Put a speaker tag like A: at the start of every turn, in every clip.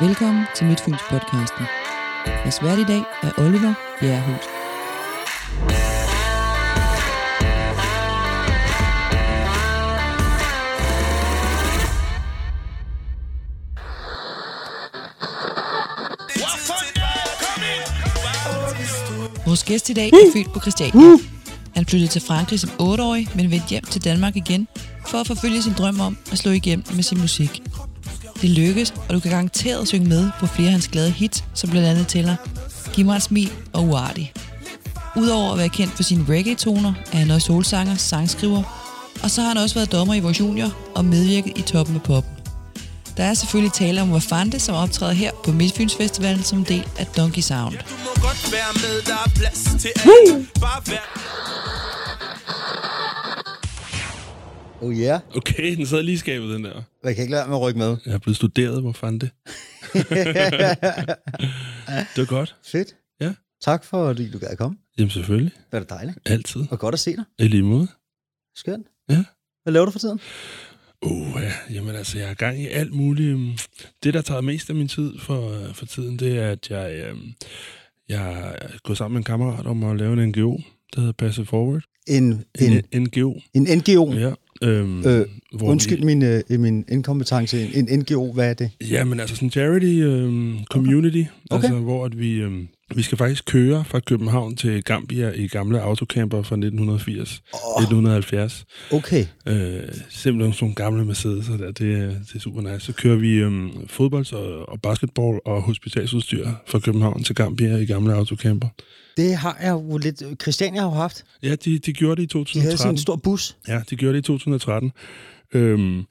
A: Velkommen til Midtfyns podcasten. Jeres vært i dag er Oliver Bjerrehus. Vores gæst i dag er født på Christiania. Han flyttede til Frankrig som 8-årig, men vendte hjem til Danmark igen for at forfølge sin drøm om at slå igennem med sin musik. Det lykkes, og du kan garanteret synge med på flere af hans glade hits, som blandt andet tæller Giv mig et smil og Uarti. Udover at være kendt for sine reggae-toner, er han også solsanger, sangskriver, og så har han også været dommer i vores junior og medvirket i toppen af poppen. Der er selvfølgelig tale om Wafante, som optræder her på Midtfyns Festivalen som del af Donkey Sound.
B: Du må godt være med, der er plads til alt. Bare vær...
C: Oh yeah.
D: Okay, den sad lige i skabet, den der.
C: Jeg kan ikke lade være med at rykke med.
D: Jeg er blevet studeret, hvor fanden det. det var godt.
C: Fedt.
D: Ja.
C: Tak for, at du gad komme.
D: Jamen selvfølgelig.
C: Det var da dejligt.
D: Altid.
C: Og godt at se dig.
D: I lige måde.
C: Skønt.
D: Ja.
C: Hvad laver du for tiden?
D: Uh, ja. Jamen altså, jeg er i gang i alt muligt. øhm, Det, der tager mest af min tid for, øh, for tiden, det er, at jeg, øhm, jeg er gået sammen med en kammerat om at lave en NGO, der hedder Passive Forward.
C: En, en,
D: En, en NGO.
C: en NGO.
D: Ja. Øhm,
C: Øh,
D: hvor
C: Undskyld min, øh, min inkompetence. En, en NGO, hvad er det?
D: Ja, men altså sådan en charity øhm, community, okay.
C: Okay.
D: altså hvor at vi, øhm, vi skal faktisk køre fra København til Gambia i gamle autocamper fra 1980, oh. 1970.
C: Okay.
D: Øh, simpelthen sådan nogle gamle Mercedes'er der, det, er- det er super nice. Så kører vi øhm, fodbold og, og basketball og hospitalsudstyr fra København til Gambia i gamle autocamper.
C: Det har jeg jo lidt... Christiania har jo haft.
D: Ja, de, de gjorde det i
C: De havde sådan
D: 2013.
C: en stor bus.
D: Ja, de gjorde det i 2013. Øhm,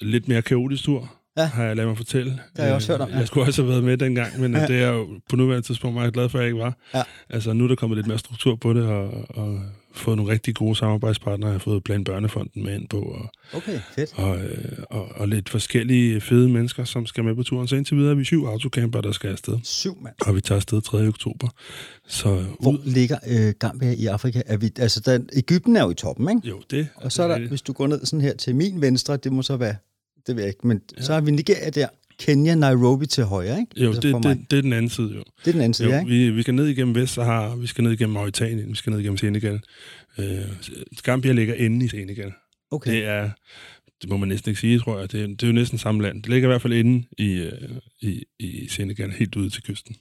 D: lidt mere kaotisk tur,
C: Ja.
D: ja. har jeg ladet mig fortælle. Det
C: har jeg også hørt om, ja.
D: Jeg skulle også have været med dengang, men
C: Ja.
D: ja. det er jeg jo på nuværende tidspunkt meget glad for, at jeg ikke var.
C: Ja.
D: Altså, nu er der kommet lidt mere struktur på det, og, og fået nogle rigtig gode samarbejdspartnere. Jeg har fået blandt børnefonden med ind på, og,
C: Okay, fedt.
D: og, øh, og, og lidt forskellige fede mennesker, som skal med på turen. Så indtil videre er vi syv autocamper, der skal afsted.
C: Syv mand.
D: Og vi tager afsted 3. oktober. Så
C: Hvor
D: ud...
C: ligger øh, Gambia i Afrika? Er vi, altså, der, Ægypten er jo i toppen, ikke?
D: Jo, det.
C: Og så er der, hvis du går ned sådan her til min venstre, det må så være, det ved jeg ikke, men ja. så har vi Nigeria der, Kenya, Nairobi til højre, ikke?
D: Jo,
C: Altså
D: det,
C: for mig.
D: det, det er den anden side, jo.
C: det er den anden side,
D: Jo,
C: ikke?
D: vi, vi skal ned igennem Vestsahara, vi skal ned igennem Mauritanien, vi skal ned igennem Senegal. Øh, Gambia ligger inde i Senegal.
C: Okay.
D: Det er, det må man næsten ikke sige, tror jeg. Det, er- det er jo næsten samme land. Det ligger i hvert fald inde i, øh, i, i Senegal, helt ude til kysten.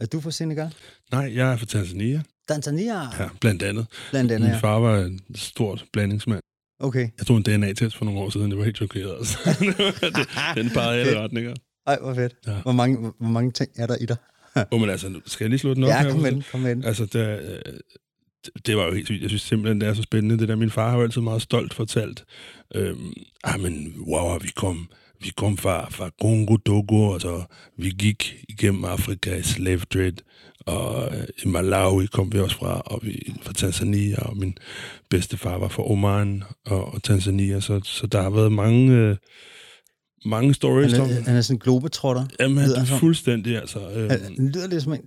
C: Er du fra Senegal?
D: Nej, jeg er fra Tanzania,
C: Tanzania, ja.
D: ja, blandt andet.
C: blandt andet.
D: Min
C: Ja.
D: far var en stort blandingsmand.
C: Okay.
D: Jeg tog en DNA-test for nogle år siden, det var helt chokeret. Altså. Det- den pegede i alle retninger.
C: Ej, hvor fedt. Ja.
D: Ja.
C: Hvor, mange, hvor mange ting er der i dig?
D: Åh, men altså, nu- skal jeg lige slå den op?
C: ja,
D: her?
C: kom med den, kom med den.
D: Altså, der, øh, det, det var jo helt sygt. Jeg synes simpelthen, det er så spændende. Det der, min far har jo altid meget stolt fortalt. Øhm, ah, men wow, vi kom, vi kom fra, fra Congo, Togo, og så vi gik igennem Afrika i slave trade, og øh, i Malawi kom vi også fra, og vi fra Tanzania, og min bedstefar var fra Oman og, og Tanzania, så, så der har været mange, øh, mange stories
C: Han
D: om...
C: er, han er sådan en globetrotter.
D: Jamen,
C: lyder
D: det
C: øh, han
D: er
C: som.
D: fuldstændig, altså. øhm,
C: Han- Han lyder lidt som en...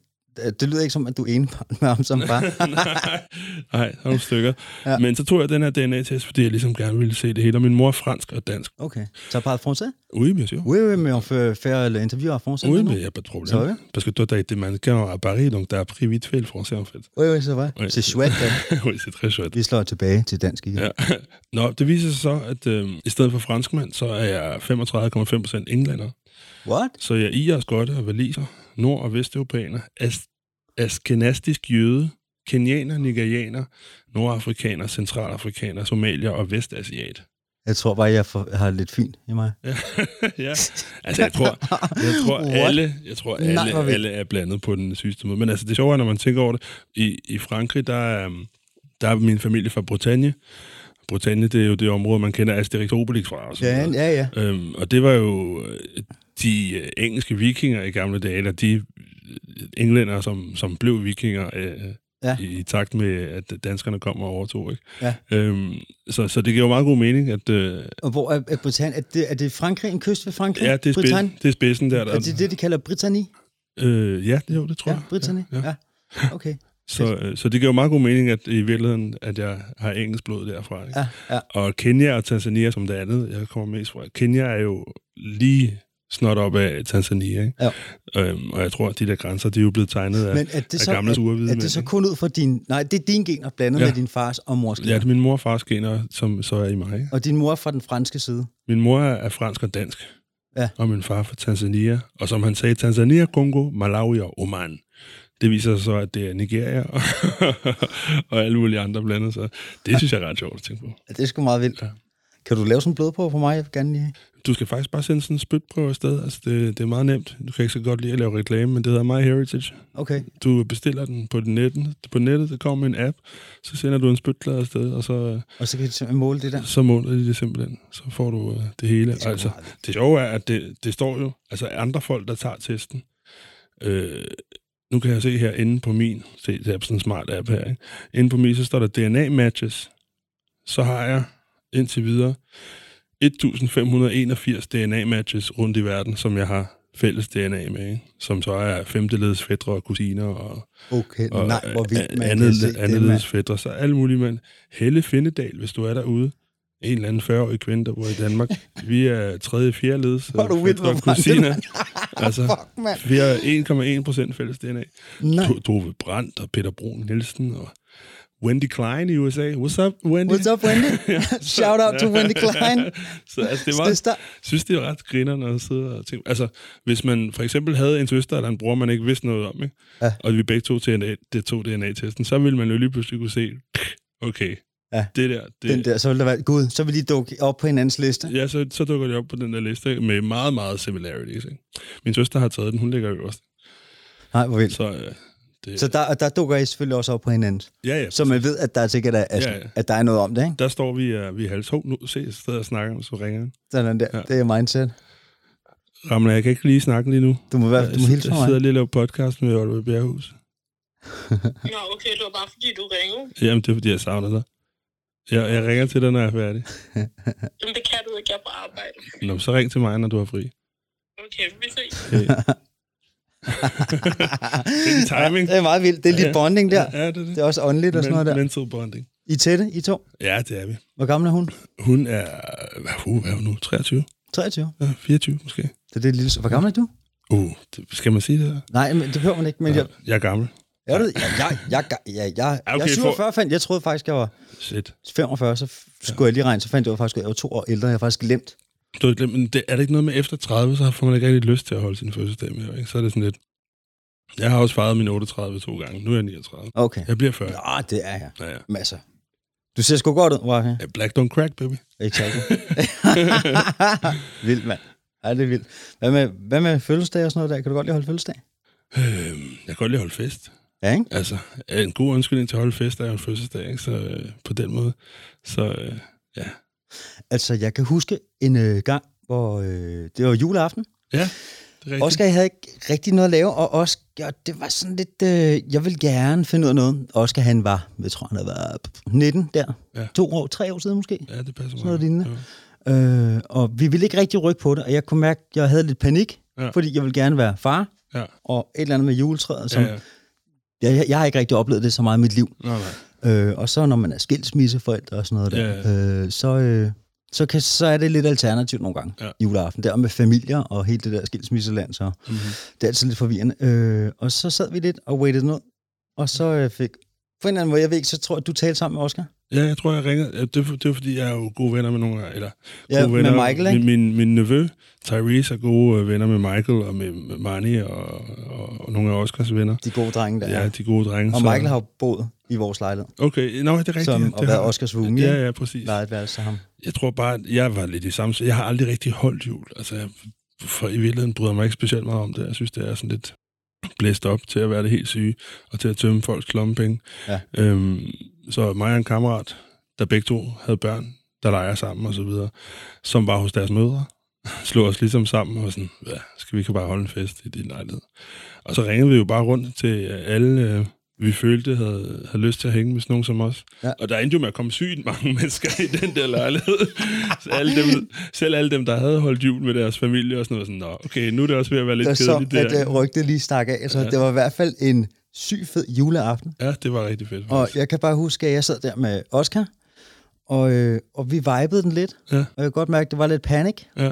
C: Det lyder ikke som, at du er ene med ham som far.
D: Nej, nej, der er nogle stykker.
C: Ja.
D: Ja. Men så tog jeg den her DNA-test, fordi jeg ligesom gerne ville se det hele. Og min mor er fransk og dansk.
C: Okay. Så parle français?
D: Oui, bien sûr.
C: Oui, oui, mais on fait faire l'interview en français. non?
D: Oui, mais il n'y a pas de problème.
C: Ça va
D: Parce que toi, t'as été mannequin à Paris, donc t'as appris vite fait le français, en fait.
C: Oui, oui, c'est vrai.
D: Oui.
C: C'est chouette. ja.
D: oui, c'est très chouette.
C: Vi slår tilbage til dansk igen.
D: Ja. Nå, det viser sig så, at øh, i stedet for franskmand, så er jeg 35,5% englænder.
C: What?
D: Så jeg er irer, skotte og valiser, nord- og vesteuropæner, as- askenastisk jøde, kenianer, nigerianer, nordafrikaner, centralafrikaner, somalier og vestasiat.
C: Jeg tror bare, jeg får, har lidt fint i mig.
D: Ja. ja. Altså, jeg tror, jeg tror
C: What?
D: alle, jeg tror, alle,
C: Nej, hvor vildt.
D: alle er blandet på den sygeste måde. Men altså, det sjove er, når man tænker over det, i, i Frankrig, der er, øhm, der er min familie fra Bretagne. Bretagne, det er jo det område, man kender Asterix og Obelix fra. Og, sådan
C: Ja,
D: noget.
C: ja, ja.
D: Øhm, og det var jo øh, de øh, engelske vikinger i gamle dage, eller de øh, englænder, som, som blev vikinger øh,
C: Ja.
D: ja. i, i takt med, at danskerne kom og overtog. Ikke?
C: Ja.
D: Øhm, så, så det giver jo meget god mening, at... Øh,
C: Og hvor er, er Britann? Er det, er det Frankrig en kyst ved Frankrig?
D: ja, det er,
C: Britann?
D: spidsen, det er spidsen der. der
C: Er det det, de kalder Britannie?
D: Øh, ja, det, jo, det tror
C: Ja,
D: jeg.
C: Britannie.
D: Ja, ja.
C: Ja. Okay.
D: Så, øh, så det giver jo meget god mening, at i virkeligheden, at jeg har engelsk blod derfra. Ikke?
C: Ja, ja.
D: Og Kenya og Tanzania som det andet, jeg kommer mest fra. Kenya er jo lige snot op af Tanzania. Ikke?
C: Ja.
D: Øhm, og jeg tror, at de der grænser, de er jo blevet tegnet af,
C: Men er det,
D: af
C: så,
D: gamle
C: er,
D: urvide
C: er det så kun ud fra din... Nej, det er din gener blandet
D: Ja.
C: ja. med din fars og mors
D: Ja,
C: gener.
D: det
C: Ja.
D: er min mor og fars gener, som så er i mig. Ikke?
C: Og din mor er fra den franske side.
D: Min mor er er fransk og dansk,
C: Ja.
D: og min far er fra Tanzania. Og som han sagde, Tanzania, Kongo, Malawi og Oman. Det viser sig så, at det er Nigeria og, og alle mulige andre blandet. Så det synes jeg er ret sjovt at tænke på.
C: Ja, det er sgu meget vildt.
D: Ja.
C: Ja. Kan du lave sådan en blodprøve for mig? Jeg vil gerne lige...
D: Du skal faktisk bare sende sådan en spytprøve afsted. Altså, det, det er meget nemt. Du kan ikke så godt lide at lave reklame, men det hedder My Heritage.
C: Okay.
D: Du bestiller den på nettet. På nettet, der kommer en app, så sender du en spytklæder afsted, og så,
C: Og så kan du simpelthen måle det der.
D: så måler de det simpelthen. Så får du øh, det hele.
C: Det er sgu
D: altså,
C: meget vildt.
D: det sjove er, at det, det står jo, altså andre folk, der tager testen. Øh, nu kan jeg se her inde på min, se, det er sådan en smart app her, ikke? Inde på min, så står der DNA-matches. Så har jeg indtil videre 1581 DNA-matches rundt i verden, som jeg har fælles DNA med, ikke? som så er femteleds fædre og kusiner og
C: Okay,
D: og øh,
C: nej, hvor vildt man kan
D: andet,
C: se det, mand.
D: anderledes fætter, så alle mulige mand. Helle Findedal, hvis du er derude. En eller anden 40-årig kvinde, der bor i Danmark. Vi er tredje, fjerde leds.
C: Hvor er du vildt, hvor
D: og
C: mange
D: kusiner. altså,
C: Fuck, mand.
D: vi har 1,1 procent fælles DNA.
C: Nej.
D: Do- Dove Brandt og Peter Brun Nielsen og Wendy Klein i USA. What's up, Wendy?
C: What's up, Wendy?
D: Ja,
C: Shout out to Wendy Klein.
D: så altså, det var,
C: Søster.
D: synes, det er ret griner, når jeg sidder og tænker. Altså, hvis man for eksempel havde en søster eller en bror, man ikke vidste noget om, ikke?
C: Ja.
D: og vi begge to DNA, det tog DNA-testen, så ville man jo lige pludselig kunne se, okay,
C: Ja.
D: det der, det,
C: Den der, så ville der være... Gud, så ville de dukke op på hinandens liste.
D: Ja, så, så dukker det op på den der liste ikke? med meget, meget similarities. Ikke? Min søster har taget den, hun ligger øverst.
C: Nej, hvor vildt.
D: Så, øh, det,
C: Så der, og der dukker I selvfølgelig også op på hinanden.
D: ja, ja.
C: Så man ved, at der sikkert er, at,
D: Ja, ja.
C: at der er noget om det, ikke?
D: der står vi, uh, vi er hals. Hov, nu se, jeg sidder og snakker, så ringer han.
C: Sådan der.
D: Ja.
C: Ja. Det er mindset.
D: Ramler, jeg kan ikke lige snakke lige nu.
C: Du må, være, du må
D: jeg,
C: hilse
D: jeg
C: mig.
D: sidder lige og laver podcast med Oliver Bjerghus.
E: Nå, okay, det var bare fordi, du ringede.
D: Jamen, det er fordi, jeg savner dig. Jeg, jeg ringer til dig, når jeg er færdig.
E: Jamen, det kan du ikke, jeg er på arbejde.
D: Nå, men så ring til mig, når du har fri.
E: Okay, vi ses.
D: Hey. Hvilken timing.
C: Det er meget vildt. Det er lige
D: Ja.
C: bonding der.
D: Ja, det er det.
C: Det er også åndeligt og sådan noget der.
D: Mental bonding.
C: I er tætte, I to.
D: Ja, det er vi.
C: Hvor gammel er hun?
D: Hun er, hvad, uh, hvad er hun nu? 23?
C: 23.
D: Ja, 24 måske?
C: Så det er lille... Hvor gammel er du?
D: Uh, det, skal man sige det her?
C: Nej, men det behøver man ikke. Men jeg,
D: Jeg er gammel.
C: jeg, jeg, jeg, jeg, jeg, jeg,
D: Ja,
C: jeg
D: okay,
C: er
D: for-
C: 47, fandt. Jeg troede faktisk, jeg var
D: Shit.
C: 45, så f- skulle jeg lige regne, så fandt jeg ud af, faktisk, at jeg var to år ældre. Jeg har faktisk glemt.
D: Du har glemt, men det, er det ikke noget med efter 30, så får man ikke rigtig lyst til at holde sin fødselsdag med. Ikke? Så er det sådan lidt... Jeg har også fejret min 38 to gange. Nu er jeg 39.
C: Okay.
D: Jeg bliver 40.
C: Nå, det er jeg.
D: Ja, ja.
C: Masser. altså, Du ser sgu godt ud, Wafi.
D: Ja, Black don't crack, baby.
C: Exakt. vildt, mand. Ej, det er vildt. Hvad med, hvad med fødselsdag og sådan noget der? Kan du godt lide at holde fødselsdag?
D: Øhm, jeg kan godt lide at holde fest.
C: Ja, ikke?
D: Altså, en god undskyldning til at holde fest er jo en fødselsdag, ikke? så øh, på den måde. Så øh, ja.
C: Altså, jeg kan huske en øh, gang, hvor øh, det var juleaften.
D: Ja, det er rigtigt.
C: Oscar havde ikke rigtig noget at lave, og Oscar, det var sådan lidt, øh, jeg vil gerne finde ud af noget. Oscar, han var, jeg tror, han var 19 der,
D: Ja.
C: ja. to år, tre år siden måske.
D: Ja, det passer
C: Sådan noget
D: meget.
C: lignende.
D: Ja.
C: Øh, og vi ville ikke rigtig rykke på det, og jeg kunne mærke, at jeg havde lidt panik,
D: Ja.
C: ja. fordi jeg ville gerne være far,
D: Ja.
C: og et eller andet med juletræet, som
D: ja, ja.
C: Jeg, jeg, jeg har ikke rigtig oplevet det så meget i mit liv.
D: Nå, nej.
C: Øh, og så når man er skilsmisseforældre og sådan noget der,
D: Ja,
C: øh, så, øh, så, kan, så er det lidt alternativt nogle gange,
D: Ja.
C: ja. juleaften. Der med familier og hele det der skilsmisseland, så
D: Mhm.
C: mm-hmm. det er altid lidt forvirrende. Øh, og så sad vi lidt og waited noget, og så øh, fik... På en eller anden måde, jeg ved ikke, så tror jeg, du talte sammen med Oscar.
D: Ja, jeg tror, jeg ringer. Ja, Det er, for- det er fordi, jeg er jo gode venner med nogle af, eller
C: Ja,
D: gode
C: med
D: venner.
C: Michael, ikke?
D: Min, min, min nevø, Tyrese, er gode øh, venner med Michael og med med Marnie og, og, og nogle af Oscars venner.
C: De gode drenge der.
D: Ja, de gode drenge.
C: og
D: så-
C: Michael har jo boet i vores lejlighed,
D: Okay, nå, det er rigtigt.
C: som,
D: ja,
C: og
D: det
C: været
D: har-
C: Oscars roomie.
D: Ja, ja, præcis.
C: Lejet værelse til ham.
D: Jeg tror bare, at jeg var lidt i samme... Jeg har aldrig rigtig holdt jul. Altså, jeg, for i virkeligheden bryder jeg mig ikke specielt meget om det. Jeg synes, det er sådan lidt blæst op til at være det helt syge, og til at tømme folks lommepenge.
C: Ja.
D: Øhm, så mig og en kammerat, der begge to havde børn, der leger sammen og så videre, som var hos deres mødre, slog os ligesom sammen og var sådan, ja, skal vi ikke bare holde en fest i din lejlighed? Og så ringede vi jo bare rundt til øh, alle, øh, vi følte havde, havde lyst til at hænge med sådan nogen som os.
C: Ja.
D: Og der endte jo med at komme sygt mange mennesker i den der lejlighed. Så alle dem, selv alle dem, der havde holdt jul med deres familie og sådan noget, var sådan, Nå, okay, nu er det også ved at være lidt
C: Og så
D: kedeligt. Det
C: at
D: her."
C: øh, rygtet lige stak af, så
D: Ja.
C: ja. det var i hvert fald en syg fed juleaften.
D: Ja, det var rigtig fedt.
C: Og
D: faktisk.
C: jeg kan bare huske, at jeg sad der med Oscar, og, øh, og vi vibede den lidt.
D: Ja.
C: Og jeg kan godt mærke, at det var lidt panik.
D: ja.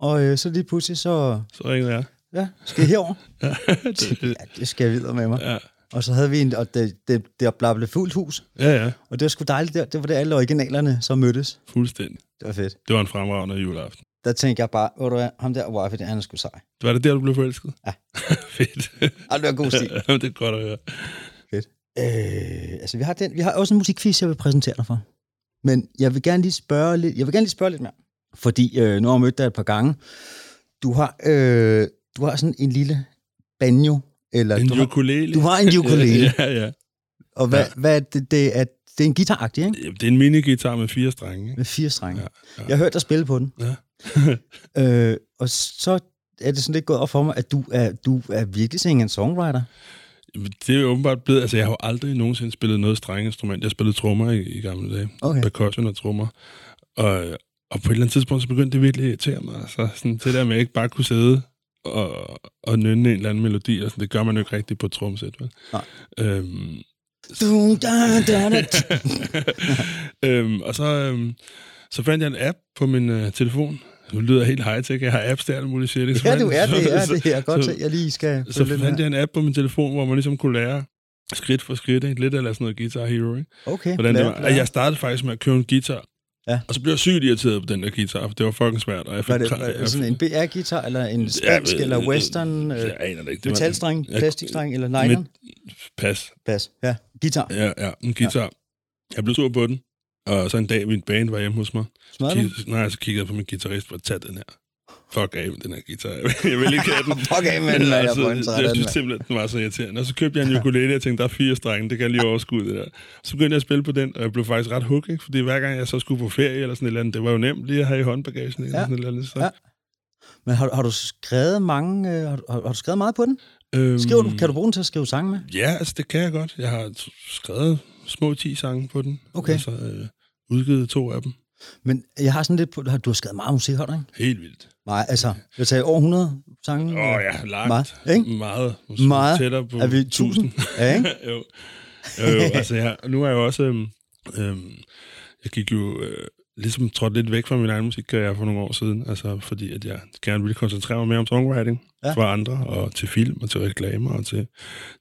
C: Og øh, så lige pludselig, så
D: Så ringede jeg.
C: ja, skal jeg herover.
D: Ja, det, det,
C: Ja, det skal jeg videre med mig.
D: ja,
C: Og så havde vi en, og det, det, det blev fuldt hus.
D: ja, ja,
C: Og det var sgu dejligt der. Det var der alle originalerne, så mødtes.
D: fuldstændig.
C: Det var fedt.
D: Det var en fremragende juleaften.
C: Der tænkte jeg bare, hvor du er, ham der wifi, det han er sgu sej.
D: Var det der, du blev forelsket?
C: Ja.
D: Fedt.
C: Ej, det var god stil.
D: det er godt at høre.
C: Øh, altså, vi har, den, vi har også en musikquiz, jeg vil præsentere dig for. Men jeg vil gerne lige spørge lidt, jeg vil gerne lige spørge lidt mere. Fordi øh, nu har jeg mødt dig et par gange. Du har, øh, du har sådan en lille banjo. Eller
D: En
C: du, har,
D: ukulele.
C: du har en ukulele.
D: ja, ja.
C: og hvad, hvad er det, det, er, det er en guitar ikke?
D: Jamen, Det er en minigitar med fire strenge. ikke?
C: Med fire strenge.
D: Ja, ja.
C: Jeg har hørt dig spille på den.
D: Ja.
C: øh, og så er det sådan lidt gået op for mig, at du er, du er virkelig sådan en songwriter.
D: Jamen, Det er jo åbenbart blevet... Altså, jeg har jo aldrig nogensinde spillet noget strengeinstrument. Jeg spillede trommer i, i gamle dage.
C: Okay.
D: Percussion og trommer. Og, og på et eller andet tidspunkt, så begyndte det virkelig at irritere mig. Altså, sådan, det der med, at jeg ikke bare kunne sidde og, og nynne en eller anden melodi. Og sådan, det gør man jo ikke rigtigt på et tromsæt, vel?
C: Nej.
D: Øhm,
C: Du, da, da, da.
D: øhm, og så, øhm, så fandt jeg en app på min øh, telefon. Nu lyder jeg helt high-tech. Jeg har apps der, alt muligt shit. ikke? Så
C: Ja,
D: fandt-
C: du er det, er
D: så-
C: det her. Godt,
D: så-
C: så jeg lige skal...
D: Så
C: følge lidt
D: fandt
C: med.
D: jeg en app på min telefon, hvor man ligesom kunne lære skridt for skridt, ikke? lidt eller sådan noget Guitar Hero, ikke?
C: Okay,
D: Hvordan det
C: glad,
D: var.
C: glad.
D: Og jeg startede faktisk med at købe en guitar.
C: Ja.
D: Og så blev jeg sygt irriteret på den der guitar, for det var fucking svært. Og jeg fik
C: Var det,
D: klar-
C: var
D: jeg-
C: det sådan en BR-guitar, eller en
D: Ja,
C: spansk, eller
D: øh,
C: western,
D: øh,
C: øh,
D: Jeg aner det ikke. Det var-
C: metalstreng,
D: jeg-
C: plastikstreng, eller
D: Med-
C: nylon?
D: Pas.
C: Pas. Ja, guitar.
D: Ja, ja, en guitar. Jeg blev sur på den. Og så en dag, min band var hjemme hos mig.
C: Smadrer du?
D: Kig, nej, så kiggede jeg på min guitarist og tag den her. Fuck af med den her guitar. Jeg vil ikke have den.
C: Fuck af med den, mand. øh, Jeg
D: Altså,
C: får en træt af
D: jeg
C: den,
D: synes
C: mand.
D: simpelthen, den var så irriterende. Og så købte jeg en ukulele, og tænkte, der er fire strenge, det kan jeg lige overskue det der. Så begyndte jeg at spille på den, og jeg blev faktisk ret hooked, ikke? fordi hver gang jeg så skulle på ferie eller sådan et eller andet, det var jo nemt lige at have i håndbagagen. Ikke?
C: Ja.
D: Ja. Sådan et eller andet, så.
C: Ja. Men har, har du skrevet mange... Øh, har, du- har, har du skrevet meget på den?
D: Øhm,
C: Skriver du, kan du bruge den til at skrive sange med?
D: Ja, altså det kan jeg godt. Jeg har t- skrevet små 10 sange på den.
C: Okay.
D: Og så øh, udgivet to af dem.
C: Men jeg har sådan lidt på... har- Du har skrevet meget musik, har du ikke?
D: Helt vildt.
C: Nej, altså... Jeg tager over 100 sange. øh.
D: Åh oh, ja, langt.
C: Meget, ikke?
D: Meget. Måske
C: Meget.
D: Tættere på
C: Er vi 1000? Ja, ikke?
D: jo. jo, jo altså jeg, nu er jeg jo også... Øhm, øhm, jeg gik jo øh, ligesom trådt lidt væk fra min egen musikkarriere for nogle år siden, altså fordi at jeg gerne ville koncentrere mig mere om songwriting
C: Ja.
D: ja. for andre, og til film, og til reklamer, og til,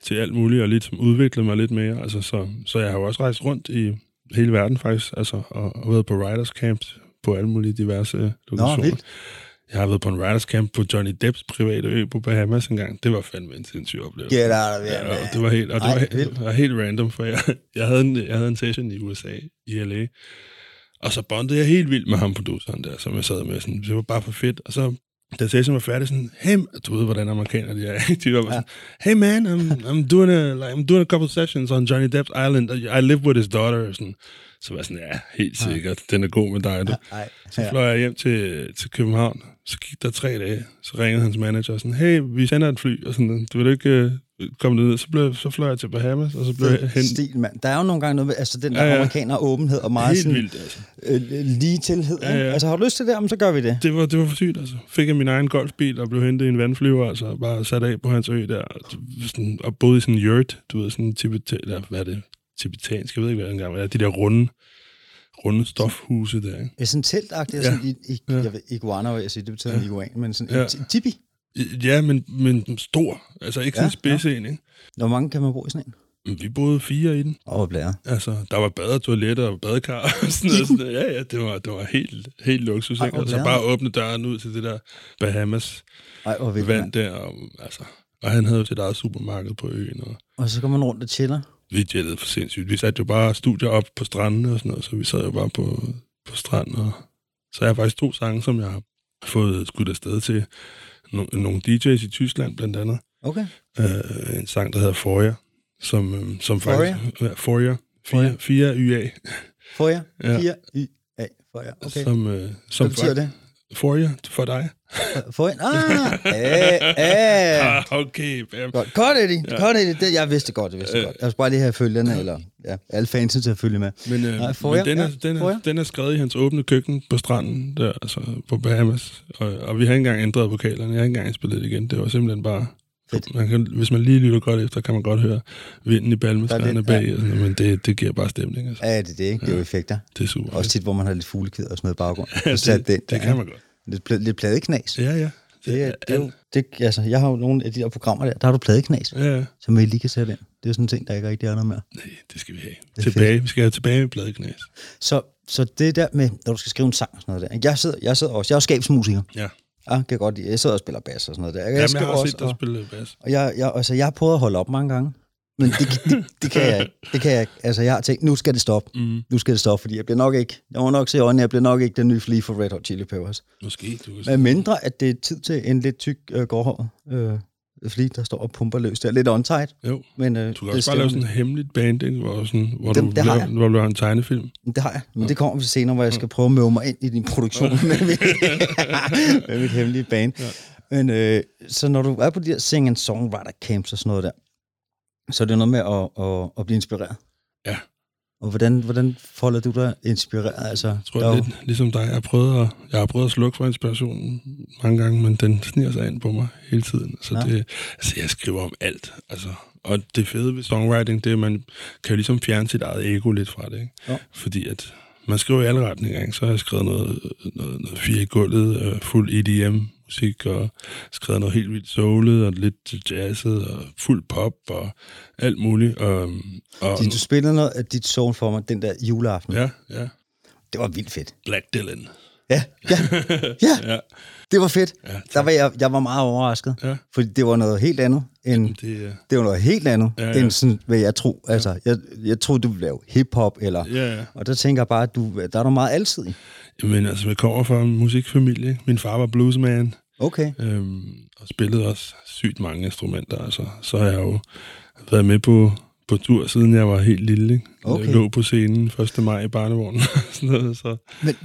D: til alt muligt, og ligesom udvikle mig lidt mere. Altså, så, så jeg har jo også rejst rundt i hele verden faktisk, altså, og, og været på writers camps på alle mulige diverse øh, lokationer.
C: vildt.
D: Jeg har været på en writers camp på Johnny Depps private ø på Bahamas engang. Det var fandme en sindssyg oplevelse.
C: Get out of here,
D: Ja, og
C: man.
D: det var helt, og det
C: Ej,
D: var,
C: vildt.
D: helt, var helt random, for jeg, jeg, havde en, jeg havde en session i USA, i LA, og så bondede jeg helt vildt med ham, produceren der, som jeg sad med. Sådan, det var bare for fedt. Og så, da session var færdig, sådan, hey, du ved, hvordan amerikanere de er. ikke? de var bare sådan, hey man, I'm, I'm, doing a, like, I'm doing a couple sessions on Johnny Depp's Island. I live with his daughter. Sådan, så var jeg sådan, ja, helt sikkert, den er god med dig. Du.
C: Nej.
D: Så fløj jeg hjem til, til København, så gik der tre dage, så ringede hans manager og sådan, hey, vi sender et fly, og sådan, du vil ikke øh, komme ned, så, blev, så fløj jeg til Bahamas, og så blev jeg
C: Ja.
D: hentet
C: Stil, mand. Der er jo nogle gange noget med, altså den der
D: Ja,
C: ja,
D: ja.
C: ja. amerikaner åbenhed og meget
D: helt
C: sådan,
D: vildt. Altså.
C: øh, lige tilhed. Ja, ja.
D: ja.
C: Altså har du lyst til det, Jamen, så gør vi det.
D: Det var, det var for sygt, altså. Fik jeg min egen golfbil og blev hentet i en vandflyver, altså, og bare sat af på hans ø der, og, sådan, og boede i sådan en yurt, du ved, sådan en tibeta, eller hvad er det, tibetansk, jeg ved ikke, hvad det engang er, de der runde, runde stofhuse der, ikke?
C: Ja, sådan teltagtigt, ja.
D: Ja.
C: sådan i, i,
D: Ja.
C: jeg ved, iguana, vil jeg sige, det betyder ja. iguan, men sådan ja.
D: Ja.
C: en tipi.
D: Ja, men, men stor, altså ikke
C: Ja,
D: sådan en spidse en, ikke?
C: Hvor mange kan man bo i sådan en?
D: Men Vi boede fire i den.
C: Åh, hvor blære.
D: Altså, der var bad og toiletter og badekar og sådan noget. Sådan noget. Ja, ja, det var, det var helt, helt luksus.
C: Ej,
D: Ikke?
C: hvor
D: Og så
C: lækkert.
D: bare åbne døren ud til det der Bahamas
C: Ej, hvor vildt,
D: vand
C: mand.
D: der. Og, altså, og han havde jo sit eget supermarked på øen. Og
C: Og så går man rundt og chiller.
D: vi jettede for sindssygt. Vi satte jo bare studier op på stranden og sådan noget, så vi sad jo bare på, på stranden. Og, så jeg har faktisk to sange, som jeg har fået skudt afsted til no, nogle DJ's i Tyskland blandt andet.
C: Okay.
D: øh, en sang, der hedder Foyer, som, øh, som faktisk... Ja, Foyer.
C: Foyer.
D: Fire, fire YA.
C: For jer. Ja.
D: Ja.
C: Fire. I. A. For jer. Okay.
D: Som, øh, som
C: Hvad betyder det?
D: For jer, for dig.
C: For jer. Ah! Æh, æh.
D: Ah, okay, bam.
C: Godt. Godt, Eddie. Ja. Godt, Eddie. Det, jeg vidste godt, det vidste jeg godt. Jeg skal bare lige have følgerne, eller ja, alle fansen til at følge med.
D: Men, øh,
C: Nej,
D: Nej,
C: Foyer,
D: men den, er,
C: ja,
D: den,
C: Foyer.
D: er, den er skrevet i hans åbne køkken på stranden, der, altså på Bahamas. Og, og vi har ikke engang ændret vokalerne. Jeg har ikke engang spillet det igen. Det var simpelthen bare...
C: Fedt.
D: Man kan, hvis man lige lytter godt efter, kan man godt høre vinden i
C: Der er
D: balmetræerne
C: lidt-
D: bag. Ja. Men det, det giver bare stemning. Altså.
C: Ja, det er det, ikke? Det er jo effekter.
D: Det er super.
C: Også
D: fedt.
C: tit, hvor man har lidt fuglekid og sådan noget i baggrunden. Så
D: det,
C: sat den
D: det
C: der.
D: kan man godt.
C: Lidt, pla- lidt pladeknas.
D: Ja, ja.
C: Det, er, det, er jo, det, altså, jeg har jo nogle af de der programmer der, der har du pladeknas,
D: Ja, ja.
C: som vi lige kan sætte ind. Det er jo sådan en ting, der ikke rigtig er noget mere.
D: Nej, det skal vi have.
C: er
D: Tilbage. Vi skal have tilbage med bladeknæs.
C: Så, så det der med, når du skal skrive en sang og sådan noget der. ikke? Jeg sidder, jeg sidder også, jeg er jo skabsmusiker.
D: Ja.
C: Ja, kan jeg godt lide. Jeg sidder og spiller bas og sådan noget der. ikke? Jeg,
D: Jeg, Jamen, jeg
C: skriver
D: har også set dig
C: og,
D: spille bas.
C: og jeg, jeg, altså, jeg har prøvet at holde op mange gange. Men det, det, det kan jeg ikke. Det kan jeg ikke. Altså, jeg har tænkt, nu skal det stoppe.
D: Mm.
C: Nu skal det stoppe, fordi jeg bliver nok ikke, jeg må nok se i øjnene, jeg bliver nok ikke den nye Flea for Red Hot Chili Peppers.
D: Måske. Du kan...
C: Med mindre, at det er tid til en lidt tyk øh, gårdhåret øh, Flea, der står og pumper løs der. Lidt on-tight,
D: Jo.
C: men øh,
D: Du kan også bare lave sådan en hemmeligt band, ikke? Hvor, sådan, hvor,
C: Dem-
D: du,
C: det har
D: laver,
C: jeg.
D: hvor du laver en Mm. tegnefilm.
C: Men Det har jeg, men det kommer vi til senere, hvor jeg skal prøve at møde mig ind i din produktion med, mit, med mit hemmelige bane. Ja. Men øh, så når du er på de her sing and songwriter camps og sådan noget der, så er det noget med at, at, at blive inspireret.
D: Ja.
C: Og hvordan, hvordan folder du dig inspireret? Altså,
D: Jeg tror,
C: der er
D: jeg
C: jo-
D: lidt ligesom dig. Jeg har, prøvet at, jeg har prøvet at slukke for inspirationen mange gange, men den sniger sig ind på mig hele tiden. Så
C: Ja.
D: ja. det, altså, jeg skriver om alt. Altså. Og det fede ved songwriting, det er, at man kan jo ligesom fjerne sit eget ego lidt fra det. Ikke?
C: Jo.
D: Fordi at man skriver i alle retninger. Ikke? Så har jeg skrevet noget, noget, noget fire i gulvet, øh, fuld EDM-musik, og skrevet noget helt vildt soulet, og lidt jazzet, og fuld pop, og alt muligt. Og, og,
C: Din- Du spillede noget af dit soul for mig den der juleaften.
D: ja, ja.
C: Det var vildt fedt.
D: Black Dylan.
C: Ja, ja, ja.
D: Ja.
C: Det var fedt.
D: Ja,
C: der var jeg, jeg var meget overrasket,
D: Ja.
C: fordi det var noget helt andet end
D: Det øh, er...
C: det var noget helt andet, ja,
D: Ja,
C: ja.
D: ja.
C: end sådan, hvad jeg tror. Altså, jeg, jeg troede, du ville lave hiphop, eller...
D: Ja, ja.
C: Og der tænker jeg bare, at du, der er du meget altid.
D: Jamen, altså, jeg kommer fra en musikfamilie. ikke? Min far var bluesman,
C: Okay.
D: øhm, og spillede også sygt mange instrumenter. Altså. Så har jeg jo været med på, på tur, siden jeg var helt lille. Ikke?
C: Okay.
D: Jeg lå på scenen 1. maj i barnevognen. og sådan noget, så.
C: Men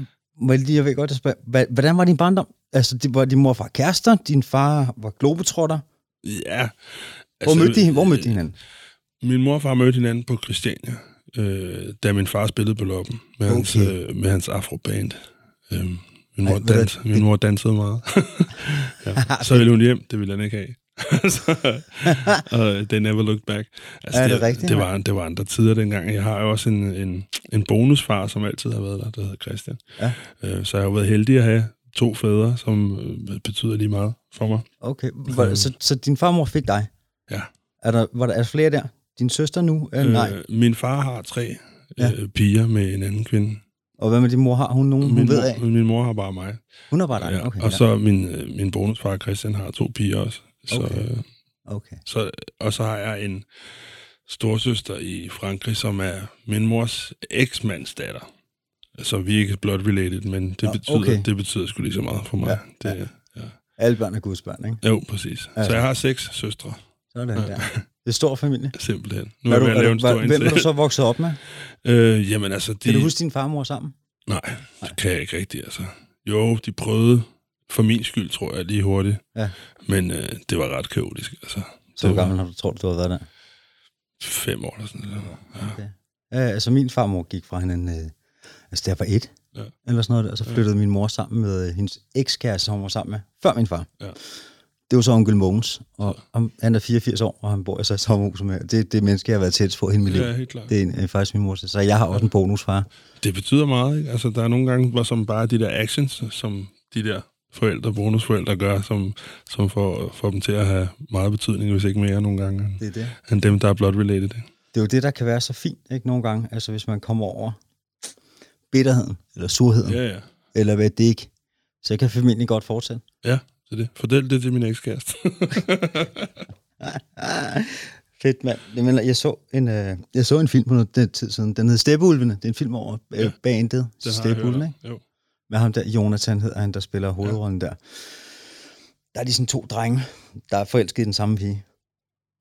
C: må jeg lige, jeg ved godt at spørge, hva- hvordan var din barndom? Altså, det var din mor og far kærester, din far var globetrotter.
D: Ja.
C: Hvor
D: Altså,
C: mødte de, hvor
D: øh,
C: mødte de hinanden?
D: Min mor og far mødte hinanden på Christiania, øh, da min far spillede på loppen med, okay. hans,
C: Okay.
D: øh, med hans afroband. Øh, min,
C: Ej,
D: mor
C: ved du
D: dans, min mor dansede meget. ja. Så ville hun hjem, det ville han ikke have. så, og øh, they never looked back. Altså,
C: Er det rigtigt,
D: det, var, det var andre tider dengang. Jeg har jo også en, en, en bonusfar, som altid har været der, der hedder Christian.
C: Ja.
D: Øh, så jeg har jo været heldig at have to fædre, som øh, betyder lige meget for mig.
C: Okay, var, så, så din farmor fik dig?
D: øh. Ja.
C: Er der, var der er der flere der? Din søster nu? Øh, nej.
D: Øh, min far har tre
C: Ja.
D: øh, piger med en anden kvinde.
C: Og hvad med din mor? Har hun nogen, hun
D: min,
C: Mm-hmm. ved
D: mor,
C: af?
D: min mor har bare mig.
C: Hun er bare dig?
D: Ja,
C: Okay,
D: og så min, øh, min bonusfar Christian har to piger også. Så,
C: Okay.
D: okay.
C: Okay.
D: så, og så har jeg en storsøster i Frankrig, som er min mors eksmands datter. Så vi er ikke blot related, men det,
C: Nå,
D: ja, betyder,
C: okay.
D: okay. det betyder sgu lige så meget for mig.
C: Ja,
D: Ja,
C: ja.
D: det, ja.
C: Alle børn er guds børn, ikke?
D: Jo, præcis. Ja.
C: Ja.
D: Så jeg har seks søstre,
C: Sådan der. Det er stor familie.
D: simpelthen. Nu
C: Hvad
D: er
C: er
D: jeg
C: du,
D: ved at
C: er
D: lave
C: du,
D: en stor
C: hvad, hvem er du
D: indsats.
C: så vokset op med?
D: Øh, jamen altså, de...
C: Kan du huske din farmor sammen?
D: Nej, det kan jeg ikke rigtigt, altså. Jo, de prøvede, for min skyld, tror jeg, lige hurtigt.
C: Ja.
D: Men øh, det var ret kaotisk, altså.
C: Så hvor
D: Det var-
C: gammel har du troet, du har været der?
D: Fem år eller sådan noget. Ja.
C: Ja, altså min farmor gik fra hinanden, øh, altså da jeg var et, ja.
D: Ja.
C: eller sådan noget, og så flyttede ja. min mor sammen med øh, hendes ekskæreste, som hun var sammen med, før min far.
D: Ja.
C: Det var så onkel Mogens, og om, han er 84 år, og han bor altså i så et sommerhus med. Det er det menneske, jeg har været tæt på hele mit liv.
D: Ja, helt klart.
C: Det er øh, faktisk min mor, så jeg har også en bonusfar.
D: Det betyder meget, ikke? Altså, der er nogle gange, hvor som bare de der actions, som de der forældre, bonusforældre gør, som, som får, får dem til at have meget betydning, hvis ikke mere nogle gange, end,
C: Det er det.
D: end dem, der er blot related. ikke?
C: Det er jo det, der kan være så fint, ikke nogle gange, altså hvis man kommer over bitterheden, eller surheden, ja.
D: Ja, ja.
C: eller hvad det ikke, så kan familien godt fortsætte.
D: Ja, så det. Fordel det til min ekskæreste.
C: Ah, fedt, mand. Jamen, jeg, så en, øh, jeg så en film på noget den tid siden. Den hed Steppeulvene. Det er en film over øh,
D: Ja.
C: bandet
D: Den har jeg hørt om.
C: Steppeulvene. ikke?
D: Jo.
C: Med ham der, Jonathan hedder han, der spiller hovedrollen der. Der er de sådan to drenge, der er forelsket i den samme pige.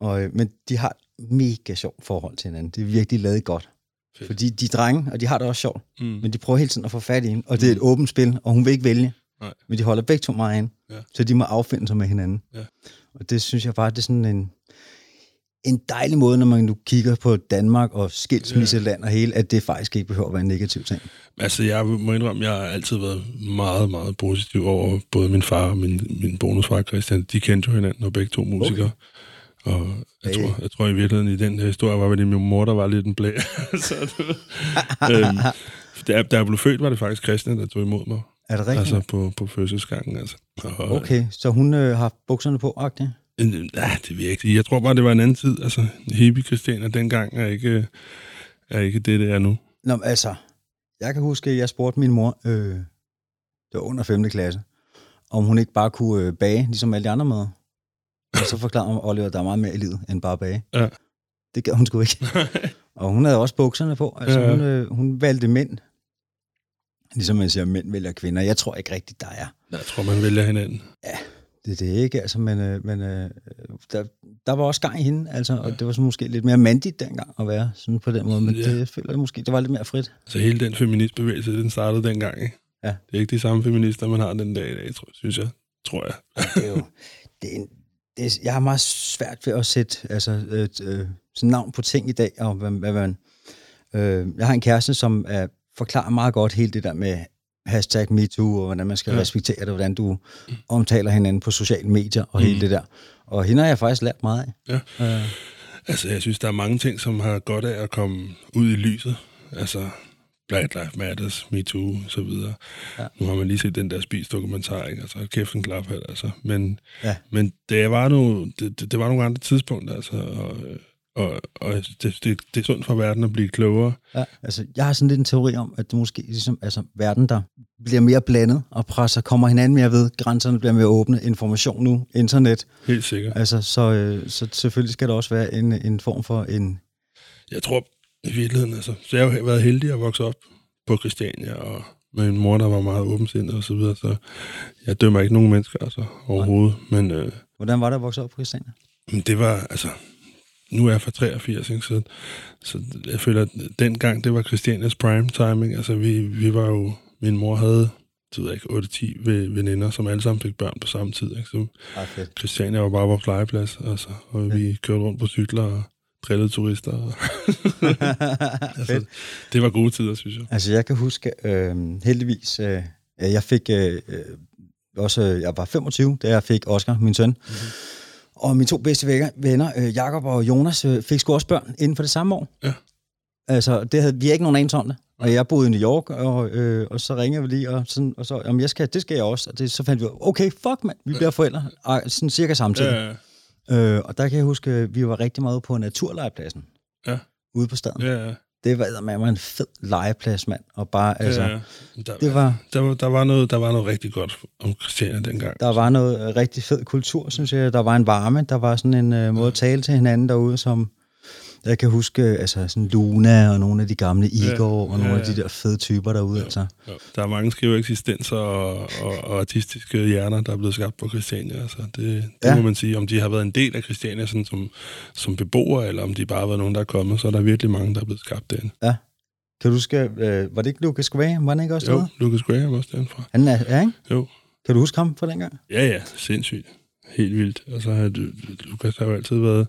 C: Og, øh, men de har et mega sjovt forhold til hinanden. Det er virkelig lavet godt. Fedt.
D: Fedt.
C: Fordi de er drenge, og de har det også sjovt.
D: Mm.
C: Men de prøver hele tiden at få fat i hende. Og det er et åbent spil, og hun vil ikke vælge.
D: Nej.
C: Men de holder begge to meget inde.
D: Ja.
C: Så de må affinde sig med hinanden.
D: Ja.
C: Og det synes jeg bare, det er sådan en, en dejlig måde, når man nu kigger på Danmark og skilsmisseland og hele, at det faktisk ikke behøver at være en negativ ting.
D: Altså, jeg må indrømme, jeg har altid været meget, meget positiv over både min far og min, min bonusfar Christian. De kendte jo hinanden, og begge to musikere. Okay. Og jeg
C: Hey.
D: tror, jeg tror i virkeligheden, i den her historie, var det min mor, der var lidt en blæ. så, du ved. øhm, da, jeg- da jeg blev født, var det faktisk Christian, der tog imod mig.
C: Er det rigtigt?
D: altså på, på fødselsgangen. Altså. Og,
C: Okay, så hun øh, har bukserne på, agtig?
D: Øh, Ja, det vil jeg ikke sige. Jeg tror bare, det var en anden tid. Altså, hippie Christianer dengang er ikke, er ikke det, det er nu.
C: Nå, men altså, jeg kan huske, at jeg spurgte min mor, øh, det var under 5. klasse, om hun ikke bare kunne øh, bage, ligesom alle de andre mader. Og så forklarede hun, Oliver, at der er meget mere i livet, end bare at bage.
D: Ja.
C: Det gad hun sgu ikke. Og hun havde også bukserne på. Altså,
D: Ja, ja.
C: hun, øh, hun valgte mænd. Ligesom man siger, mænd vælger kvinder. Jeg tror ikke rigtigt, der er.
D: Jeg tror, man vælger hinanden.
C: Det er det ikke, altså, men, øh, men øh, der, der var også gang i hende, altså, og det var så måske lidt mere mandigt dengang at være sådan på den måde, men
D: Ja.
C: det jeg føler jeg måske, det var lidt mere frit.
D: Altså hele den feministbevægelse, den startede dengang, ikke?
C: Ja.
D: Det er ikke de samme feminister, man har den dag i dag, tror, synes jeg. Tror jeg.
C: det er jo, det er en, det er, jeg har meget svært ved at sætte altså, et, øh, sådan navn på ting i dag, og hvad, hvad man, øh, jeg har en kæreste, som er, forklarer meget godt hele det der med hashtag MeToo, og hvordan man skal
D: Ja.
C: ja. respektere det, hvordan du omtaler hinanden på sociale medier, og mm. hele det der. Og hende har jeg faktisk lært meget af.
D: Altså, jeg synes, der er mange ting, som har godt af at komme ud i lyset. Altså, Black Lives Matters, Me Too, og så videre. Ja. Nu har man lige set den der spis dokumentar, ikke? Altså, kæft en klap her, altså. Men,
C: Ja.
D: men det, var nu, det, det, det, var nogle andre tidspunkter, altså. Og, og, og jeg synes, det, det, det, er sundt for verden at blive klogere.
C: Ja. Altså, jeg har sådan lidt en teori om, at det måske ligesom, altså, verden, der bliver mere blandet og presser, kommer hinanden mere ved, grænserne bliver mere åbne, information nu, internet,
D: Helt sikkert.
C: Altså, så, øh, så selvfølgelig skal der også være en, en form for en...
D: Jeg tror i virkeligheden, altså, så jeg har jo været heldig at vokse op på Christiania, og med en mor, der var meget åbensindet og så videre, så jeg dømmer ikke nogen mennesker, altså, overhovedet. Men, øh,
C: Hvordan var det at vokse op på Christiania?
D: men det var, altså, nu er jeg fra 83, ikke? Så, så jeg føler, at dengang, det var Christianias prime timing, altså, vi, vi var jo, min mor havde, det ved jeg ikke, 8-10 ve- veninder, som alle sammen fik børn på samme tid, ikke? Så
C: Ej, fedt.
D: Christiania var bare vores legeplads, altså, og vi kørte rundt på cykler og drillede turister, og
C: fedt.
D: altså, det var gode tider, synes jeg.
C: Altså, jeg kan huske, øh, heldigvis, øh, ja, jeg fik øh, øh, også, øh, jeg var 25, da jeg fik Oscar, min søn. Mm-hmm. Og mine to bedste vækker- venner, øh, Jakob og Jonas, øh, fik sgu også børn inden for det samme år.
D: Ja.
C: Altså, det havde, vi havde ikke nogen anelse om det. Og jeg boede i New York, og, øh, og så ringede vi lige, og, sådan, og så, om jeg skal, det skal jeg også. Og det, så fandt vi ud af, okay, fuck mand, vi bliver forældre, og sådan cirka samtidig.
D: Ja,
C: Øh, og der kan jeg huske, øh, vi var rigtig meget ude på naturlegepladsen.
D: Ja.
C: Ude på staden. Ja.
D: ja, ja.
C: Det var med en fed legeplads, mand. Og bare, altså,
D: ja, ja. Der,
C: det var,
D: der, var, der, var noget, der var noget rigtig godt om Christiania dengang.
C: der var noget øh, rigtig fed kultur, synes jeg. Der var en varme, der var sådan en øh, måde at tale til hinanden derude, som jeg kan huske, øh, altså sådan Luna og nogle af de gamle Igor, ja. og nogle
D: Ja,
C: af de der fede typer derude, ja. altså.
D: Ja. Der er mange skæve eksistenser og, og, og artistiske hjerner, der er blevet skabt på Christiania. Altså, det, det
C: Ja.
D: ja. må man sige. Om de har været en del af Christiania sådan som, som beboere, eller om de bare har været nogen, der er kommet, så er der virkelig mange, der er blevet skabt derinde.
C: Kan du huske, øh, var det ikke Lucas Graham? Var han ikke også
D: Jo,
C: derude?
D: Lucas Graham også derindefra.
C: Han er, ja, ikke?
D: Jo.
C: Kan du huske ham fra dengang?
D: Ja, ja, sindssygt. Helt vildt. Og så har du- Lukas har jo altid været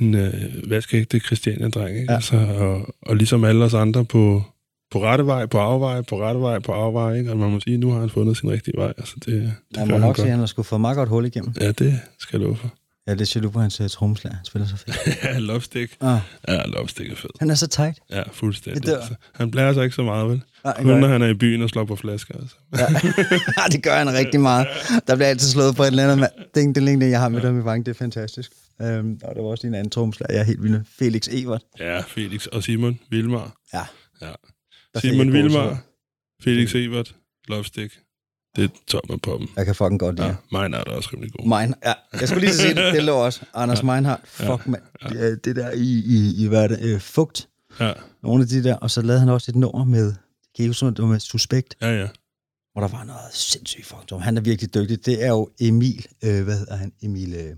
D: en øh, vaskeægte Christiania-dreng, ikke?
C: Ja.
D: Ja. Altså, og, og ligesom alle os andre på, på rette vej, på afvej, på rette vej, på afvej, ikke? Og man må sige, nu har han fundet sin rigtige vej. Altså, det, det
C: Jeg
D: gør
C: må
D: han
C: nok
D: godt.
C: sige, at han har skulle få meget godt hul igennem.
D: Ja, det skal jeg love for.
C: Ja, det er jaloux på hans uh, trommeslager. Han spiller så fedt.
D: ja, lovstik.
C: Ah,
D: Ja, lovstik er fed.
C: han er så tight.
D: Ja, fuldstændig.
C: Det dør.
D: Altså, han blærer sig ikke så meget, vel?
C: Nej, han Ah, gør
D: Kun når
C: ikke.
D: han er i byen og slår på flasker, altså.
C: Ja, Ah, det gør han rigtig meget. Der bliver altid slået på et eller andet mand. Ding, ding, ding, ding. Jeg har med ham i banken. Det er fantastisk. Øhm, og der var også lige en anden tromslag. Jeg er helt vild med. Felix Evert.
D: Ja, Felix og Simon Vilmar.
C: Ja.
D: Ja.
C: Der fik
D: Simon
C: jeg gåsehud.
D: Vilmar, Felix Evert, Lovestick. Det er toppen af poppen.
C: Jeg kan fucking godt lide.
D: Ja,
C: Ja.
D: mine er da også rimelig god.
C: Mine, ja, jeg skulle lige så sige det, det lå også. Anders ja. Meinhardt, fuck mand. Ja. Det der i, i, i hvad er det, øh, fugt,
D: Ja,
C: nogle af de der, og så lavede han også et nummer med, kan I huske, det var med Suspekt,
D: ja, ja.
C: hvor der var noget sindssygt fucking dumt. Han er virkelig dygtig. Det er jo Emil, øh, hvad hedder han? Emil, øh,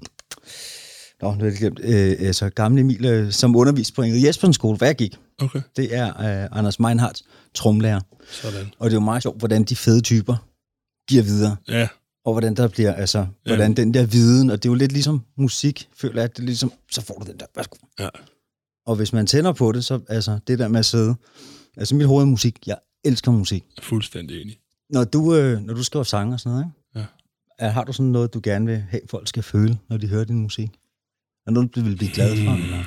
C: nå, nu har jeg glemt, øh, altså gamle Emil, øh, som underviste på Ingrid Jespersen skole, hvor jeg gik.
D: Okay,
C: Det er øh, Anders Meinhardt, tromlærer.
D: sådan.
C: Og det er jo meget sjovt, hvordan de fede typer giver videre.
D: Ja,
C: Og hvordan der bliver, altså, hvordan
D: Jamen.
C: den der viden, og det er jo lidt ligesom musik, føler jeg, at det er ligesom, så får du den der, værsgo.
D: ja.
C: Og hvis man tænder på det, så altså, det der med at sidde, altså mit hoved er musik, jeg elsker musik.
D: Fuldstændig enig.
C: Når du, øh, når du skriver sange og sådan noget, ikke? Ja. har du sådan noget, du gerne vil have, folk skal føle, når de hører din musik? Er der noget, du vil blive glad for? Eller?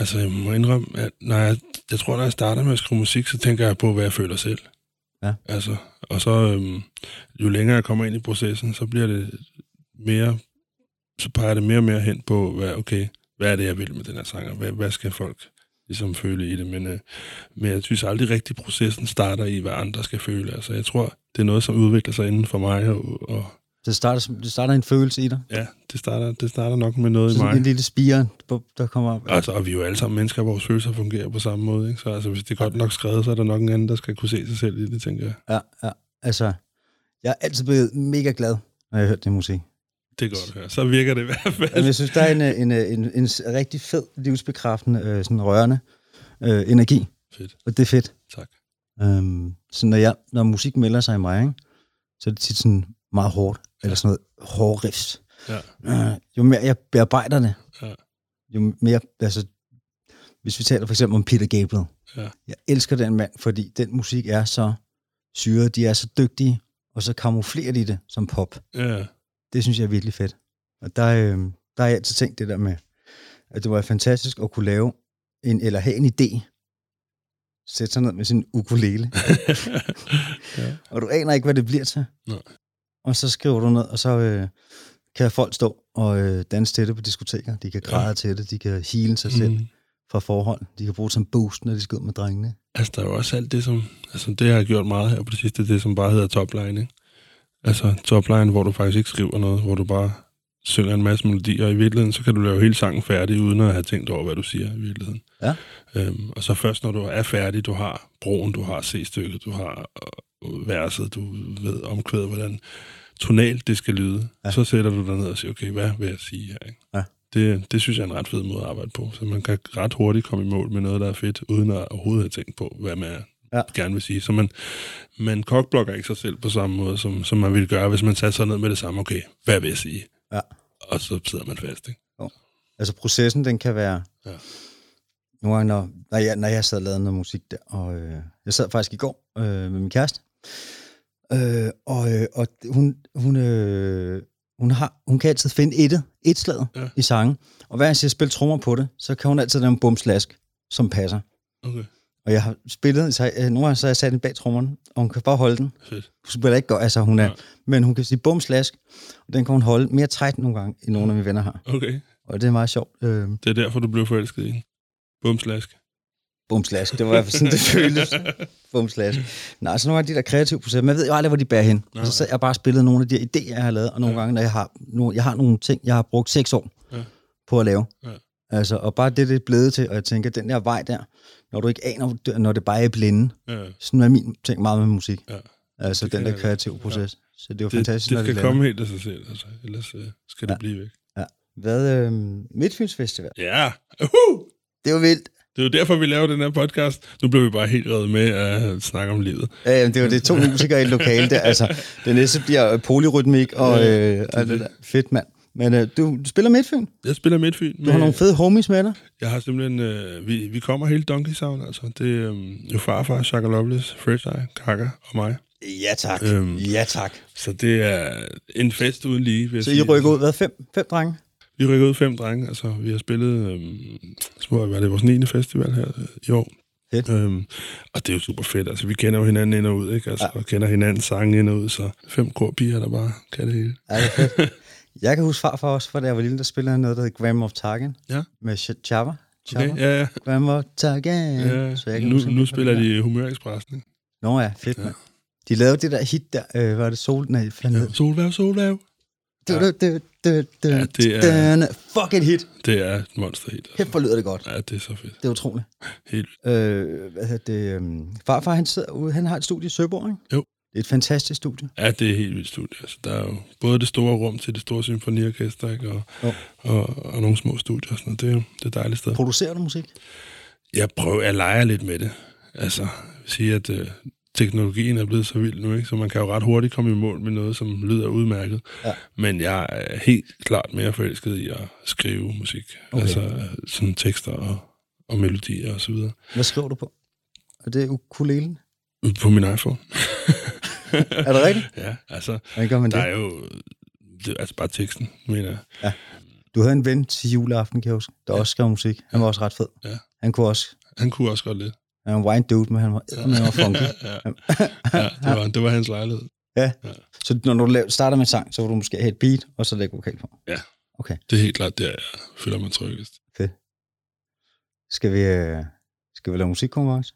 D: Altså, jeg må indrømme, at når jeg, jeg tror, når jeg starter med at skrive musik, så tænker jeg på, hvad jeg føler selv.
C: Ja.
D: Altså, og så, øhm, jo længere jeg kommer ind i processen, så bliver det mere, så peger det mere og mere hen på, hvad, okay, hvad er det, jeg vil med den her sang, og hvad, hvad skal folk ligesom føle i det, men, øh, men jeg synes aldrig rigtigt, processen starter i, hvad andre skal føle. Altså, jeg tror, det er noget, som udvikler sig inden for mig, og, og
C: Det starter, som- det starter en følelse i dig.
D: ja, det starter, det starter nok med noget i mig.
C: Sådan en lille spire, bum, der kommer op.
D: Altså, og vi er jo alle sammen mennesker, og vores følelser fungerer på samme måde. Ikke? Så altså, hvis det er godt nok skrevet, så er der nok en anden, der skal kunne se sig selv i det, tænker jeg.
C: Ja, ja. Altså, jeg er altid blevet mega glad, når jeg har hørt det musik.
D: Det er godt at høre. Så virker det i hvert
C: Jamen,
D: fald.
C: jeg synes, der er en, øh, en, øh, en, en s- rigtig fed, livsbekræftende, øh, sådan rørende øh, energi,
D: Fedt.
C: og det er fedt.
D: Tak.
C: Øhm, så når, jeg, når musik melder sig i mig, ikke, så er det tit sådan meget hårdt, eller sådan noget hård riffs.
D: Ja.
C: Øh, jo mere jeg bearbejder det,
D: Ja.
C: jo mere, altså, hvis vi taler for eksempel om Peter Gabriel.
D: Ja.
C: Jeg elsker den mand, fordi den musik er så syret, de er så dygtige, og så kamuflerer de det som pop.
D: Ja.
C: Det synes jeg er virkelig fedt. Og der, øh, der har jeg altid tænkt det der med, at det var fantastisk at kunne lave en, eller have en idé, sætte sig ned med sin ukulele,
D: ja.
C: og du aner ikke, hvad det bliver til.
D: Nej.
C: Og så skriver du ned, og så øh, kan folk stå og øh, danse til det på diskoteker. De kan græde ja. til det, de kan hele sig selv
D: Mm.
C: fra forhold. De kan bruge det som boost, når de skal ud med drengene.
D: Altså, der er jo også alt det, som... Altså, det har jeg gjort meget her på det sidste, det som bare hedder topline, ikke? Altså, topline, hvor du faktisk ikke skriver noget, hvor du bare synger en masse melodier, og i virkeligheden, så kan du lave hele sangen færdig, uden at have tænkt over, hvad du siger i virkeligheden.
C: Ja.
D: Øhm, og så først, når du er færdig, du har broen, du har C-stykket, du har øh, verset, du ved omkvædet, hvordan tonalt det skal lyde, ja. så sætter du dig ned og siger, okay, hvad vil jeg sige her, ikke?
C: Ja.
D: Det, det synes jeg er en ret fed måde at arbejde på, så man kan ret hurtigt komme i mål med noget, der er fedt, uden at overhovedet have tænkt på, hvad man
C: Ja.
D: ja. gerne vil sige. Så man, man kokblokker ikke sig selv på samme måde, som, som man ville gøre, hvis man satte sig ned med det samme, okay, hvad vil jeg sige?
C: Ja.
D: Og så sidder man fast, ikke?
C: Altså processen, den kan være...
D: Ja.
C: Nogle gange, når, når, jeg, når jeg sad og lavede noget musik der, og øh, jeg sad faktisk i går øh, med min kæreste, øh, og, øh, og hun, hun, øh, hun, har, hun kan altid finde et, et slag ja.
D: Ja.
C: i sangen, og hver gang jeg siger, spil trommer på det, så kan hun altid lave en bumslask, som passer.
D: Okay,
C: Og jeg har spillet, så, øh, nogle gange så har jeg sat den bag trommerne, og hun kan bare holde den.
D: fedt.
C: Hun spiller ikke godt, altså hun er, ja.
D: Ja.
C: men hun kan sige bumslask, og den kan hun holde mere træt nogle gange, end nogle af mine venner har.
D: Okay,
C: Og det er meget sjovt. Øh,
D: det er derfor, du blev forelsket i den. Bumslask.
C: Bumslask, det var i hvert fald sådan, det føles. Bumslask. Nej, så nogle gange de der kreative processer, man ved jo aldrig, hvor de bærer hen. Og så sad jeg bare og spillede nogle af de her idéer, jeg har lavet, og nogle ja. gange, når jeg har, nu, jeg har nogle ting, jeg har brugt seks år ja.
D: Ja.
C: på at lave. Ja.
D: Ja.
C: Altså, og bare det, det er blevet til, og jeg tænker, den der vej der, når du ikke aner, hvor det- når det bare er blinde,
D: Ja.
C: sådan er min ting meget med musik.
D: Ja.
C: Altså,
D: Det
C: den
D: kan
C: der
D: jeg-
C: kreative
D: ja.
C: proces. Så det er jo
D: Det, det
C: fantastisk, når
D: skal
C: lander.
D: komme helt af sig selv, altså. ellers øh, skal det blive væk.
C: Hvad, øh, Midtfyns Festival,
D: Ja, uhuh!
C: det er jo vildt.
D: det er jo derfor, vi laver den her podcast. Nu blev vi bare helt reddet med at snakke om livet.
C: Ja, jamen, det var det to musikere i et lokale der. Altså, det næste bliver polyrytmik og, øh, og det der. fedt, mand. Men øh, du, du spiller Midtfyn.
D: Jeg spiller Midtfyn.
C: Du har nogle fede homies med dig.
D: Jeg har simpelthen... Øh, vi, vi kommer hele Donkey Sound, altså. Det er øh, jo farfar, Shaka Loveless, Fresh Eye, Kaka og mig.
C: Ja, tak.
D: Øhm.
C: Ja, tak.
D: Så det er en fest uden lige, vil jeg
C: Så I
D: sige.
C: rykker ud. Hvad? Fem, fem drenge?
D: Vi rykker ud fem drenge, altså vi har spillet, øhm, tror jeg, hvad er det vores 9. festival her øh, i år.
C: Fedt.
D: Øhm, og det er jo super fedt, altså vi kender jo hinanden ind og ud, ikke? Altså,
C: Ja.
D: ja. og kender hinandens sange ind og ud, så fem korpiger, der bare kan det hele.
C: Ja, det er fedt. Jeg kan huske far for os, for da jeg var lille, der spillede han noget, der hed Grammar of Targan.
D: Ja.
C: Med Ch- Chava. Chava.
D: Okay, ja, ja.
C: Grammar of Targan.
D: ja.
C: Så jeg kan
D: nu,
C: huske,
D: nu
C: hvad
D: spiller
C: det
D: de Humørekspressen, ikke?
C: er. Nå ja, fedt,
D: Ja.
C: mand. De lavede det der hit der, øh, var det sol? Nej, fanden ja.
D: Ja. Solværv, solværv.
C: det. var- det- det- det-
D: Ja, det er-
C: den- Fuck et hit.
D: Det er et monster helt. Altså.
C: Kæft, hvor lyder det godt.
D: Ja, det er så fedt.
C: Det er utroligt.
D: Helt vildt.
C: Øh, hvad hedder det? øhm, Farfar, han, sidder ude, han har et studie i Søborg, ikke?
D: Jo.
C: Det er et fantastisk studie.
D: Ja, det er helt vildt studie. Altså, der er jo både det store rum til det store symfoniorkester, ikke? Og,
C: Jo.
D: og, og, nogle små studier og sådan noget. Det er jo det er et dejligt sted.
C: Producerer du musik?
D: Jeg prøver, jeg leger lidt med det. Altså, jeg vil sige, at øh, teknologien er blevet så vild nu, ikke? så man kan jo ret hurtigt komme i mål med noget, som lyder udmærket.
C: Ja.
D: Men jeg er helt klart mere forelsket i at skrive musik.
C: Okay.
D: Okay. Altså sådan tekster og, og melodier og så videre.
C: Hvad skriver du på? Og det er ukulelen.
D: På min iPhone.
C: Er det rigtigt?
D: Ja, altså,
C: Hvordan gør man
D: der
C: det?
D: er jo... Det, altså bare teksten, mener jeg.
C: Du havde en ven til juleaften, kan jeg huske, der også skrev musik. Han var også ret fed.
D: Ja.
C: Han kunne også.
D: Han kunne også godt lidt.
C: Han var en wine dude, men han var eddermame og funky.
D: ja. ja det, var, det var hans lejlighed.
C: Ja.
D: Ja.
C: Så når du laver, starter med en sang, så vil du måske have et beat, og så lægge vokal på.
D: Det er helt klart der, jeg føler mig tryggest.
C: Skal vi, øh, skal vi lave musikkonkurrence?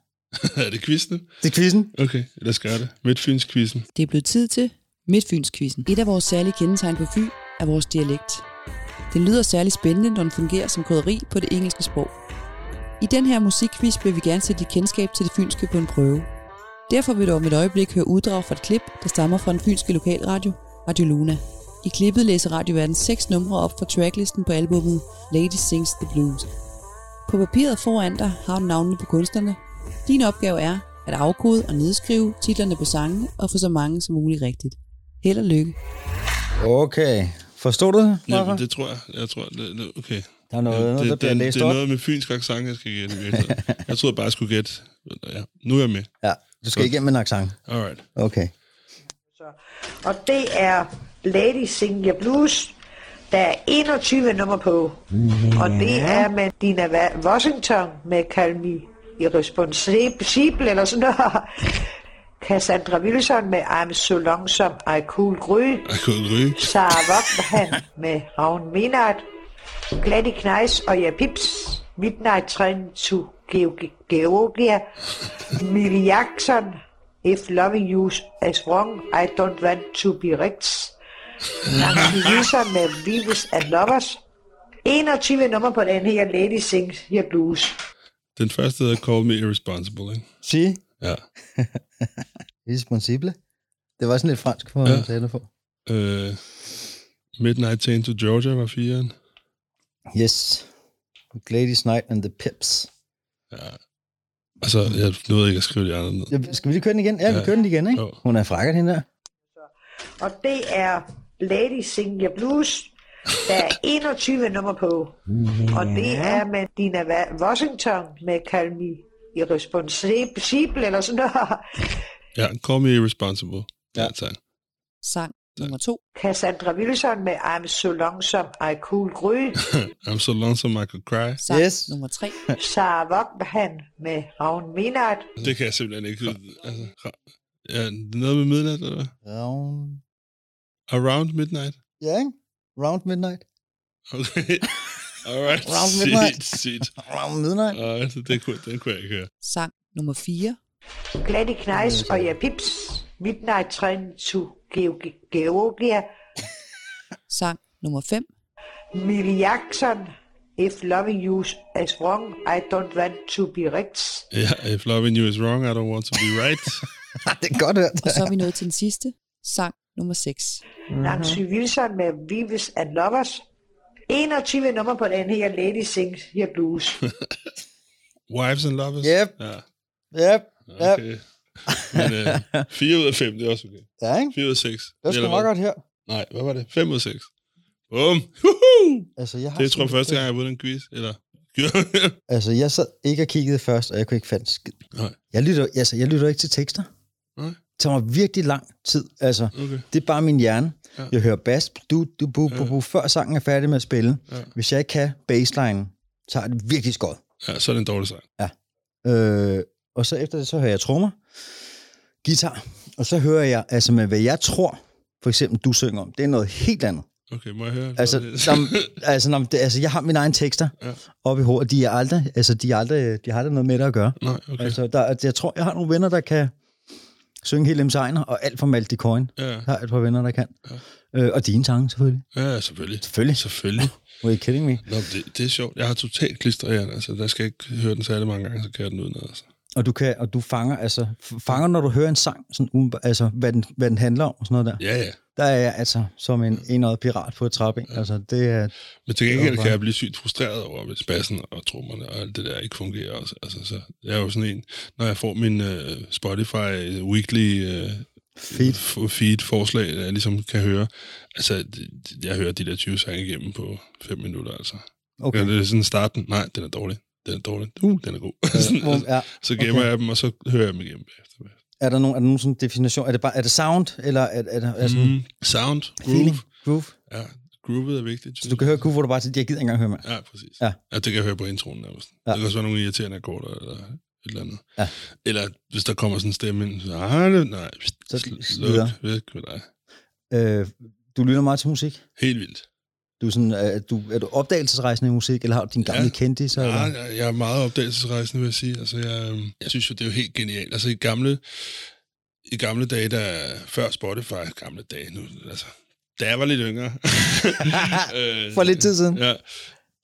D: er det quizene?
C: Det er quizzen.
D: Okay, lad os gøre det. Midtfyns-quizzen.
A: Det er blevet tid til Midtfynskvisten. Et af vores særlige kendetegn på Fyn er vores dialekt. Den lyder særlig spændende, når den fungerer som krydderi på det engelske sprog. I den her musikquiz vil vi gerne sætte dit kendskab til det fynske på en prøve. Derfor vil du om et øjeblik høre uddrag fra et klip, der stammer fra den fynske lokalradio, Radio Luna. I klippet læser Radio Verden seks numre op fra tracklisten på albummet Ladies Sings the Blues. På papiret foran dig har du navnene på kunstnerne. Din opgave er at afkode og nedskrive titlerne på sangene og få så mange som muligt rigtigt. Held og lykke.
C: Okay. Forstod du det? Rafa?
D: Jamen, det tror jeg. Jeg tror, det, det, okay.
C: Der er noget,
D: Ja,
C: noget der
D: det,
C: bliver
D: det,
C: læst
D: det er
C: op.
D: noget med fynsk accent, jeg skal gætte. i virkeligheden. jeg troede bare, jeg skulle gætte. Ja, nu er jeg med.
C: Ja, du skal igennem en accent.
D: Alright.
C: Okay.
F: Og det er Lady Sing Your Blues. Der er 21 nummer på. Og det er med Dina Wa- Washington med Kalmi Irresponsible eller sådan noget. Cassandra Wilson med I'm so long som I cool gry.
D: Jeg kunne ryge.
F: Sara Wappenhan med Ravn Minard. Gladdy Kneis og Ja Pips. Midnight Train to Georg- Georgia. Millie Jackson. If loving you is wrong, I don't want to be rich. Nancy Wilson med Venus and Lovers. 21 nummer på den her Lady Sings Your Blues.
D: Den første hedder Call Me Irresponsible, ikke?
C: Sige.
D: Ja.
C: Irresponsible. Det var sådan lidt fransk for
D: Ja.
C: at tale på.
D: Øh, Midnight Train to Georgia var firen.
C: Yes. Gladys Night and the Pips.
D: Og så, Altså, jeg nåede ikke at skrive de andre ned.
C: Ja, skal vi lige køre den igen? Ja, vi
D: Ja.
C: kører den igen, ikke?
D: Jo.
C: Hun er frakker, hende der.
F: Og det er Lady Sing Your Blues. Der er 21 nummer på. Og det er med Dina Wa- Washington med Kalmi Irresponsible eller sådan noget.
D: Ja, Call Me Irresponsible. Ja, tak.
A: Sang nummer to.
F: Cassandra Wilson med I'm so long som I cool gry.
D: I'm so lonesome I could cry.
A: Sang
C: Yes.
A: nummer tre.
F: Sara Vogtmann med Ravn Minard.
D: Det kan jeg simpelthen ikke. Altså, ra- ja, noget med midnat, eller hvad?
C: Round.
D: Around midnight.
C: Ja, ikke? Round midnight.
D: Okay. Alright.
C: Around
D: Sygt,
C: midnight.
D: Sygt.
C: Round midnight.
D: Alright, det kunne, den kunne jeg ikke høre.
A: Sang nummer 4.
F: Gladdy Kneis og Ja Pips. Midnight Train to Georg- Georgia.
A: Sang nummer 5.
F: Millie Jackson. If loving you is wrong, I don't want to be rich.
D: Ja, if loving you is wrong, I don't want to be right.
C: Ah, det er godt hørt.
A: Og så er vi nået til den sidste. Sang nummer 6.
F: Nancy Wilson med Vives and Lovers. 21 nummer på den her Lady Sings Your Blues.
D: Wives and lovers.
C: Yep.
D: Ja,
C: Yep. Yep.
D: okay. Men øh, 4 ud af 5, det er også okay.
C: Ja, ikke?
D: 4 ud af 6.
C: Det var sgu meget godt her.
D: Nej, hvad var det? 5 ud af 6. Bum. Huhu!
C: Altså, jeg har
D: Det er, tror jeg
C: sgu-
D: første gang, jeg har vundet en quiz. Eller...
C: Altså, jeg sad ikke og kiggede først, og jeg kunne ikke fandt skid.
D: Nej.
C: Jeg lytter, altså, jeg lytter ikke til tekster.
D: Nej.
C: Det tager mig virkelig lang tid. Altså,
D: okay.
C: det er bare min hjerne.
D: Ja.
C: Jeg hører bass, du, du, bu, bu, bu, før sangen er færdig med at spille.
D: Ja.
C: Hvis jeg ikke kan bassline, så er det virkelig skåret.
D: Ja, så er det en dårlig sang.
C: Øh, og så efter det, så hører jeg trommer, guitar, og så hører jeg, altså med hvad jeg tror, for eksempel du synger om, det er noget helt andet.
D: Okay, må jeg høre?
C: Altså,
D: det?
C: som, altså, når, det, altså jeg har mine egne tekster
D: Ja.
C: ja. oppe i hovedet, de er aldrig, altså de er aldrig, de har aldrig noget med det at gøre.
D: Nej, okay.
C: Okay. Altså, der, jeg tror, jeg har nogle venner, der kan synge hele dem sejner, og alt for Malte Coin.
D: Ja,
C: Jeg har et par venner, der kan. Ja. Øh, og dine sange, selvfølgelig.
D: ja, selvfølgelig.
C: Selvfølgelig.
D: Selvfølgelig.
C: Were you kidding me?
D: Nå, men det, det, er sjovt. Jeg har totalt klisterhjerne, altså. Der skal jeg ikke høre den særlig mange gange, så kan jeg den uden altså.
C: Og du, kan, og du fanger, altså, f- fanger, når du hører en sang, sådan, umiddelbart, altså, hvad, den, hvad den handler om og sådan noget der.
D: Ja, ja.
C: Der er jeg altså som en enøjet pirat på et trappe. Altså, det er...
D: Men til gengæld
C: Det var
D: kan jeg blive sygt frustreret over, hvis bassen og trommerne og alt det der ikke fungerer også. Altså, så jeg er jo sådan en, når jeg får min uh, Spotify weekly uh,
C: Feed.
D: feed forslag, jeg ligesom kan høre, altså, det- jeg hører de der 20 sange igennem på 5 minutter, altså. Okay.
C: Okay.
D: Ja, det er sådan starten, nej, den er dårlig, den er dårlig, uh, den er god. sådan,
C: Hvor,
D: altså,
C: ja.
D: så gemmer
C: okay.
D: jeg dem, og så hører jeg dem igennem bagefter.
C: Øh, Er der nogen, er der nogen sådan definition? Er det, bare, er det sound, eller er, er, er, er sådan mm.
D: Mm, sound, groove,
C: feeling? Groove?
D: ja, groovet er vigtigt.
C: Så du kan høre groove, hvor du bare siger, jeg gider ikke engang høre mig.
D: Ja, præcis.
C: Ja.
D: Ja. ja, det kan jeg høre på introen nærmest. Ja.
C: Ja.
D: Det kan også være nogle irriterende akkorder, eller et eller andet.
C: Ja.
D: Eller hvis der kommer sådan en stemme ind, så har det, nej,
C: Så
D: sl-
C: s-
D: sluk,
C: videre.
D: væk med dig.
C: Øh, du lytter meget til musik.
D: Helt vildt.
C: Du er, sådan, er, du, er du opdagelsesrejsende i musik, eller har du din gamle ja.
D: Ja.
C: kendte? Så,
D: Nej,
C: ja.
D: jeg, jeg er meget opdagelsesrejsende, vil jeg sige. Altså, jeg, øhm, jeg synes jo, det er jo helt genialt. Altså, i gamle, i gamle dage, der før Spotify, gamle dage, nu, altså, da jeg var lidt yngre. øh,
C: For lidt tid siden.
D: Ja,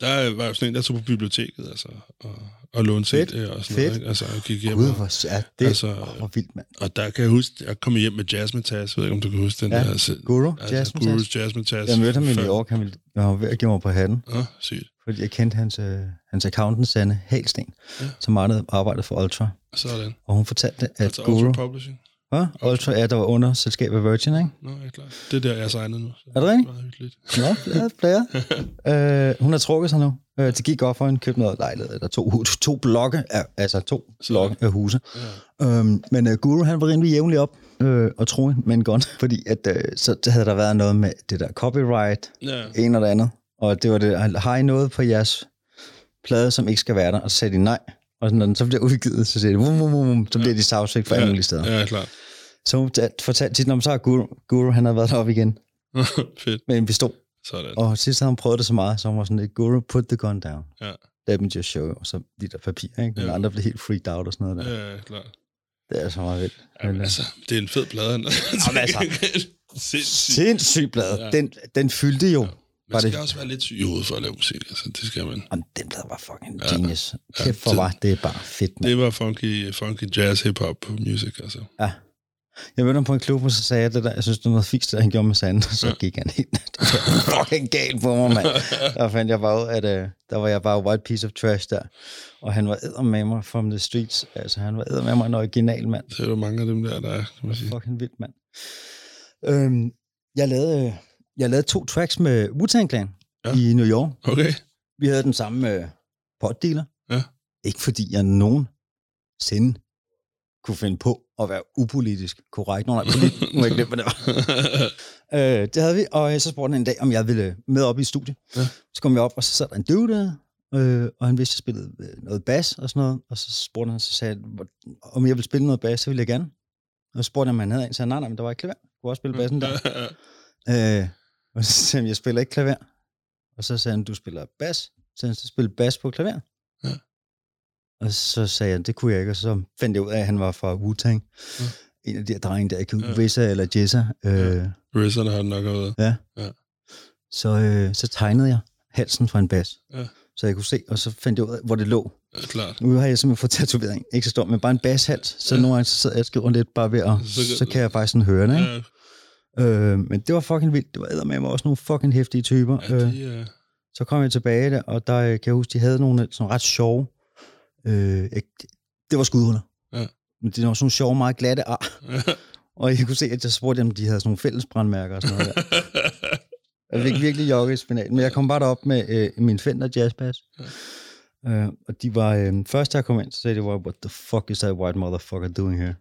D: der øh, var jo sådan en, der tog på biblioteket, altså, og, og lånte
C: Fedt.
D: CD'er og
C: Fedt.
D: sådan noget, ikke? altså, og gik hjem.
C: Gud,
D: og-
C: hvor er det altså,
D: Altså,
C: oh, hvor vildt, mand.
D: Og der kan jeg huske, jeg kom hjem med Jazzmetas, jeg ved ikke, om du kan huske den
C: Ja,
D: der. Altså,
C: Guru,
D: altså,
C: jazz,
D: Gurus Jazzmetas.
C: Jeg mødte ham i New York, han, ville, han var ved at give mig på hatten,
D: Åh, oh, sygt.
C: fordi jeg kendte hans, øh, hans accountant, Sanne Halsten, ja.
D: Ja.
C: som arbejdede- arbejdede for Ultra.
D: Sådan.
C: Og hun fortalte, at
D: Altså,
C: altså, Guru...
D: Ultra Publishing.
C: Hvad? Ultra er, der var under selskabet Virgin, ikke?
D: Nå, ja, klart. Det er der, jeg er signet nu.
C: Er det rigtigt?
D: Meget hyggeligt.
C: Nå, ja, flere. øh, hun har trukket sig nu. Øh, det gik godt for hende. Købte noget lejlighed, eller to, hus- to blokke, af, altså to blokke af huse. Ja. Øhm, men øh, Guru, han var rimelig jævnlig op øh, og troede, men godt. Fordi at, øh, så havde der været noget med det der copyright,
D: Ja.
C: en eller andet. Og det var det, han, har I noget på jeres plade, som ikke skal være der? Og så sagde de nej. Og sådan, når den så bliver udgivet, så siger de, vum, vum, vum, vum, så bliver de sagsøgt fra alle mulige steder.
D: Ja, klart.
C: Så hun t- fortalte tit, om så er Guru, Guru, han havde været deroppe igen
D: Fedt.
C: med en pistol.
D: Sådan.
C: Og sidst havde hun prøvet det så meget, så hun var sådan lidt, Guru, put the gun down.
D: Ja.
C: Let me just show you. Og så de der papirer, ikke? Men
D: Ja.
C: andre blev helt freaked out og sådan noget der.
D: Ja, ja, klart.
C: Det er så meget vildt.
D: Jamen,
C: Men, øh,
D: altså, det er en fed plade. Jamen,
C: altså.
D: Sindssygt.
C: Sindssygt blad.
D: Ja.
C: øh, Den, den fyldte jo. var
D: Man skal
C: det-
D: også være lidt syg i hovedet for at lave musik. Altså, det skal man.
C: Jamen, den blad var fucking
D: Ja.
C: genius.
D: Ja,
C: Kæft, hvor
D: det-
C: var det bare fedt, mand.
D: Det var funky, funky jazz, hip-hop music, altså.
C: Ja. Jeg mødte ham på en klub, og så sagde jeg det der, jeg synes, det var noget fikst, det han gjorde med sanden, og så gik han helt det var fucking galt på mig, mand. Der fandt jeg bare ud, at øh, der var jeg bare white piece of trash der, og han var æder med mig from the streets, altså han var æder med mig en original, mand.
D: Så er der mange af dem der, der er, kan man sige.
C: Fucking vildt, mand. Øhm, jeg, lavede, øh, jeg lavede to tracks med Wu-Tang Clan ja.
D: Ja.
C: i New York.
D: Okay.
C: Vi havde den samme øh, potdealer.
D: Ja.
C: Ikke fordi jeg nogen sinde kunne finde på at være upolitisk korrekt. Nå, nej, politisk. Nu har jeg glemt, hvad det var. Øh, det havde vi, og øh, så spurgte han en dag, om jeg ville med op i studiet. Ja.
D: Ja.
C: Så kom jeg op, og så sad der en dude der, øh, og han vidste, at jeg spillede øh, noget bas og sådan noget. Og så spurgte han, så sagde han, "Hvor- om jeg ville spille noget bas, så ville jeg gerne. Og så spurgte han, om han havde en, så sagde han, nej, nej, men der var ikke klaver. Du kunne også spille bassen der. Øh, og så sagde han, jeg spiller ikke klaver. Og så sagde han, du spiller bas. Så sagde han, så spiller bas på klaver.
D: Ja.
C: Og så sagde han, det kunne jeg ikke. Og så fandt jeg ud af, at han var fra Wu-Tang.
D: Ja.
C: En af de her drenge, der ikke
D: Ja.
C: ja. Rissa eller Jessa. Øh,
D: Ja. Rizzerne har den nok været.
C: så, øh, så tegnede jeg halsen fra en bas.
D: Ja.
C: Så jeg kunne se, og så fandt jeg ud af, hvor det lå.
D: Ja, klart.
C: Nu har jeg simpelthen fået tatovering, ikke så stor, men bare en bashals. Så
D: Ja.
C: nogle gange så sidder jeg og skriver lidt bare ved, og
D: Så
C: så,
D: kan-
C: så kan jeg faktisk sådan høre det. Ikke?
D: Ja,
C: Ja. Øh, men det var fucking vildt. Det var med mig også nogle fucking hæftige typer.
D: ja,
C: Ja,
D: de, øh,
C: så kom jeg tilbage der, og der øh, kan jeg huske, de havde nogle sådan ret sjove... Øh, jeg, det var skudhunder.
D: Ja.
C: Men det var sådan nogle sjove, meget glatte ar. Og jeg kunne se, at jeg spurgte dem, de havde sådan nogle fælles brandmærker og sådan noget der. Jeg fik virkelig jogge i spinaten, men jeg kom bare derop med øh, min Fender Jazzbass. Øh, og de var, øh, først da jeg kom ind, så sagde de, "Wow, what the fuck is that white motherfucker doing here?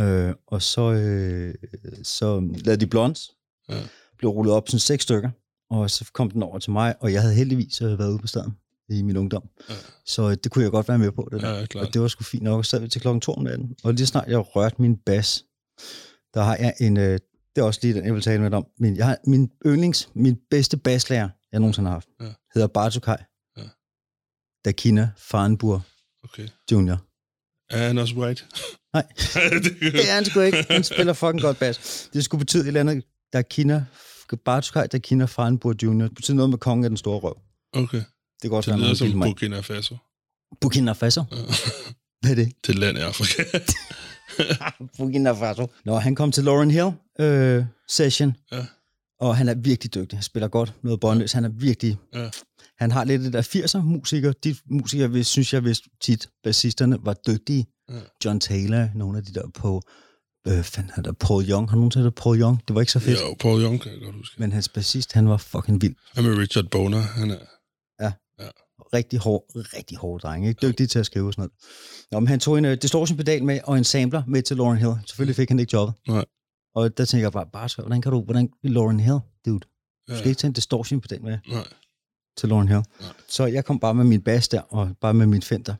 C: Øh, og så, øh, så lavede de blondes,
D: Ja.
C: blev rullet op sådan seks stykker, og så kom den over til mig, og jeg havde heldigvis øh, været ude på staden i min ungdom.
D: Ja.
C: Så øh, det kunne jeg godt være med på, det der.
D: ja, klart.
C: Og det var sgu fint nok, og så sad vi til klokken 2 om natten. Og lige snart jeg rørte min bas, der har jeg en, øh, det er også lige den, jeg vil tale med dig om, men jeg har min yndlings, min bedste baslærer, jeg nogensinde har haft,
D: Ja.
C: hedder Bartokai
D: Ja.
C: Dakina Farnbur
D: Okay.
C: Junior.
D: Er han også white?
C: Nej.
D: det,
C: Det er han sgu ikke, han spiller fucking godt bas. Det skulle betyde et eller andet, Dakina, Bartokai Dakina Farnbur Junior, det betyder noget med kongen af den store røv.
D: Okay.
C: Det kan
D: Det
C: også være,
D: lyder
C: noget
D: som
C: vildt mig.
D: Burkina Faso.
C: Burkina Faso.
D: Ja.
C: Hvad er det?
D: Det er et land i Afrika.
C: Burkina Faso. Nå, han kom til Lauren Hill øh, session,
D: Ja.
C: og han er virkelig dygtig. Han spiller godt, noget båndløs. Han er virkelig...
D: Ja.
C: Han har lidt det der 80'er musiker. De musikere, hvis- synes jeg vist tit, bassisterne var dygtige.
D: Ja.
C: John Taylor, nogle af de der på... Øh, fanden er der? Paul Young. Har nogen sagt Paul Young? Det var ikke så fedt.
D: jo, Paul Young kan jeg godt huske.
C: Men hans bassist, han var fucking vild.
D: Hvad med Richard Boner? Han er...
C: Rigtig hård, rigtig hård dreng. Ikke? Dygtig til at skrive og sådan noget. Nå, men han tog en øh, distortion-pedal med og en sampler med til Lauren Hill. Selvfølgelig fik han ikke jobbet.
D: Nej.
C: Og der tænker jeg bare, bare hvordan kan du, hvordan Lauren Hill, dude? Du
D: Ja.
C: skal ikke tage en distortion-pedal med.
D: Nej.
C: til Lauren Hill. Så jeg kom bare med min bas der, og bare med min fender.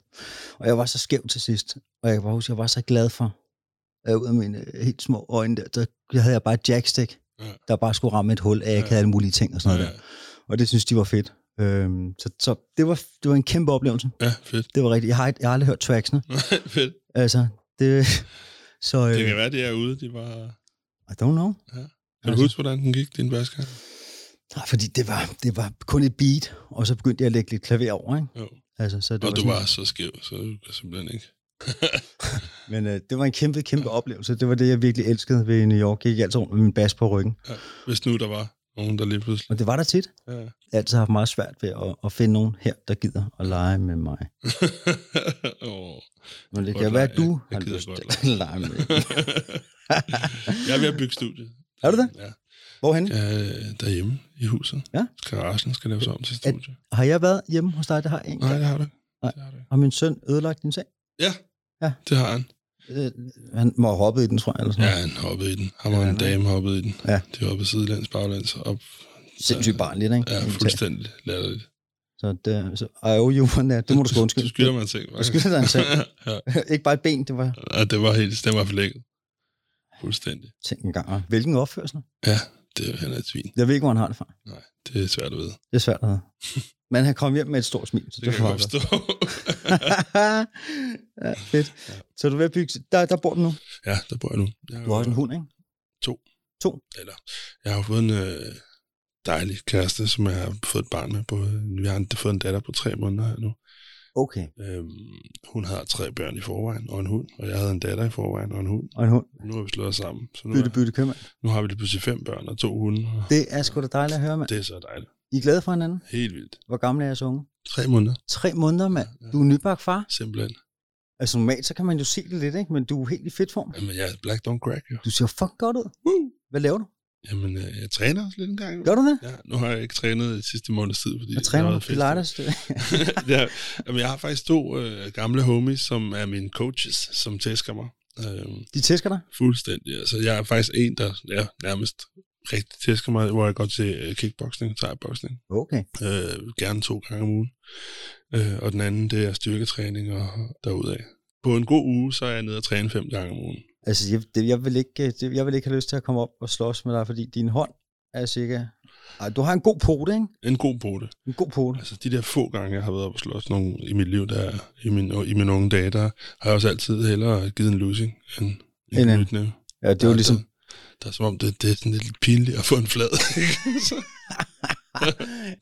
C: Og jeg var så skæv til sidst, og jeg kan bare huske, jeg var så glad for, at ud af mine øh, helt små øjne der, der havde jeg bare et jackstick,
D: Ja.
C: der bare skulle ramme et hul, at jeg ikke
D: Ja.
C: havde alle mulige ting og sådan noget
D: Ja.
C: der. Og det synes de var fedt. Øhm, så så det, var, det var en kæmpe oplevelse.
D: Ja, fedt.
C: Det var rigtigt. Jeg har, ikke- jeg har aldrig hørt tracksene.
D: fedt.
C: Altså, det... Så, øh,
D: Det kan være, det er ude. De var...
C: I don't know.
D: Kan du
C: Altså-
D: huske, hvordan den gik, din basgang?
C: Nej, fordi det var, det var kun et beat, og så begyndte jeg at lægge lidt klaver over, ikke?
D: Jo.
C: Altså, så det
D: Og
C: var
D: du
C: sådan-
D: var så skæv, så du kan simpelthen ikke.
C: Men øh, det var en kæmpe, kæmpe oplevelse. Det var det, jeg virkelig elskede ved New York. Jeg gik altid rundt med min bas på ryggen.
D: Ja. Hvis nu der var nogen, der lige pludselig...
C: Og det var der tit.
D: Ja.
C: Jeg har altid haft meget svært ved at, at finde nogen her, der gider at lege med mig.
D: Åh.
C: Men det
D: Godt
C: kan være,
D: lege.
C: at du
D: Jeg- jeg
C: har
D: gider
C: lyst
D: godt
C: til at lege med
D: jeg er ved at bygge studiet.
C: Er du det?
D: Ja.
C: Hvorhen?
D: Jeg er derhjemme i huset.
C: Ja.
D: Garagen skal laves om til studie.
C: Har jeg været hjemme hos dig? Det har jeg ikke.
D: Nej, det har du ikke.
C: Nej.
D: Det har du ikke.
C: Har min søn ødelagt din sag?
D: Ja,
C: Ja.
D: det har han.
C: Øh, han må have hoppet i den, tror jeg. Eller sådan
D: Ja,
C: noget.
D: han hoppede i den. Han var
C: Ja,
D: en
C: nej.
D: dame hoppede i den.
C: Ja.
D: De hoppede sidelæns, baglæns, op.
C: Sindssygt barn lidt, ikke?
D: Ja, fuldstændig latterligt.
C: Så, det, så I owe you one, der. det må du sgu undskylde.
D: Du skylder mig en ting.
C: Du skylder dig en ting.
D: ja.
C: ikke bare et ben, det var
D: ja, det var helt, den var forlægget. Fuldstændig.
C: tænk en gang. hva'? Hvilken opførsel?
D: Ja, det er han er et svin.
C: Jeg ved ikke, hvor han har det fra.
D: Nej, det er svært at vide.
C: Det er svært at have. Men han kom hjem med et stort smil, så
D: Det,
C: det,
D: det
C: var
D: kan jeg
C: godt.
D: forstå.
C: ja, fedt. Så du er ved at bygge... Der, der bor du nu.
D: ja, der bor jeg nu. Jeg
C: Du har også en hund, ikke?
D: Eller, jeg har jo fået en øh, dejlig kæreste, som jeg har fået et barn med. På, øh, vi har en, fået en datter på tre måneder her nu.
C: Okay.
D: Øhm, hun havde tre børn i forvejen og en hund, og jeg havde en datter i forvejen og en hund.
C: Og en hund.
D: Nu har vi slået os sammen, så nu,
C: Bytte,
D: er,
C: bytte, købmand.
D: nu har vi lige pludselig fem børn og to hunde. Og
C: Det er sgu da dejligt at høre, mand.
D: det er så dejligt.
C: I er glade for hinanden?
D: Helt vildt.
C: Hvor gamle er jeres unge?
D: Tre måneder,
C: Tre måneder, mand. Du er nybagt far.
D: simpelthen.
C: Altså normalt, så kan man jo se det lidt, ikke? Men du er helt i fedt form.
D: Jamen, jeg er black don't crack, jo.
C: Du ser fucking godt ud. Hvad laver du?
D: Jamen, øh, jeg træner også lidt en gang.
C: Gør du det?
D: Ja, nu har jeg ikke trænet i sidste måneds tid, fordi
C: Jeg
D: jeg
C: træner
D: har
C: du?
D: været
C: Du
D: festet.
C: leger dig.
D: ja, jamen, jeg har faktisk to øh, gamle homies, som er mine coaches, som tæsker mig. Øhm,
C: De tæsker dig?
D: fuldstændig. Altså, jeg er faktisk en, der ja, nærmest rigtig tæsker mig, hvor jeg går til øh, kickboxing, thai-boxing.
C: Okay.
D: Øh, gerne to gange om ugen. Øh, og den anden, det er styrketræning og derudaf. På en god uge, så er jeg nede og træne fem gange om ugen.
C: Altså, jeg, det, jeg, vil ikke, øh, det, jeg vil ikke have lyst til at komme op og slås med dig, fordi din hånd er cirka... Ej, du har en god pote, ikke?
D: En god pote.
C: En god pote.
D: Altså de der få gange, jeg har været op og slås nogen i mit liv, der, i, min, i mine unge dage, der har jeg også altid hellere givet en losing end en
C: End en-
D: knytnæve.
C: Ja, det er jo
D: Der-
C: ligesom...
D: Der, der er som om, det, det er sådan lidt pinligt at få en flad. ikke? Så-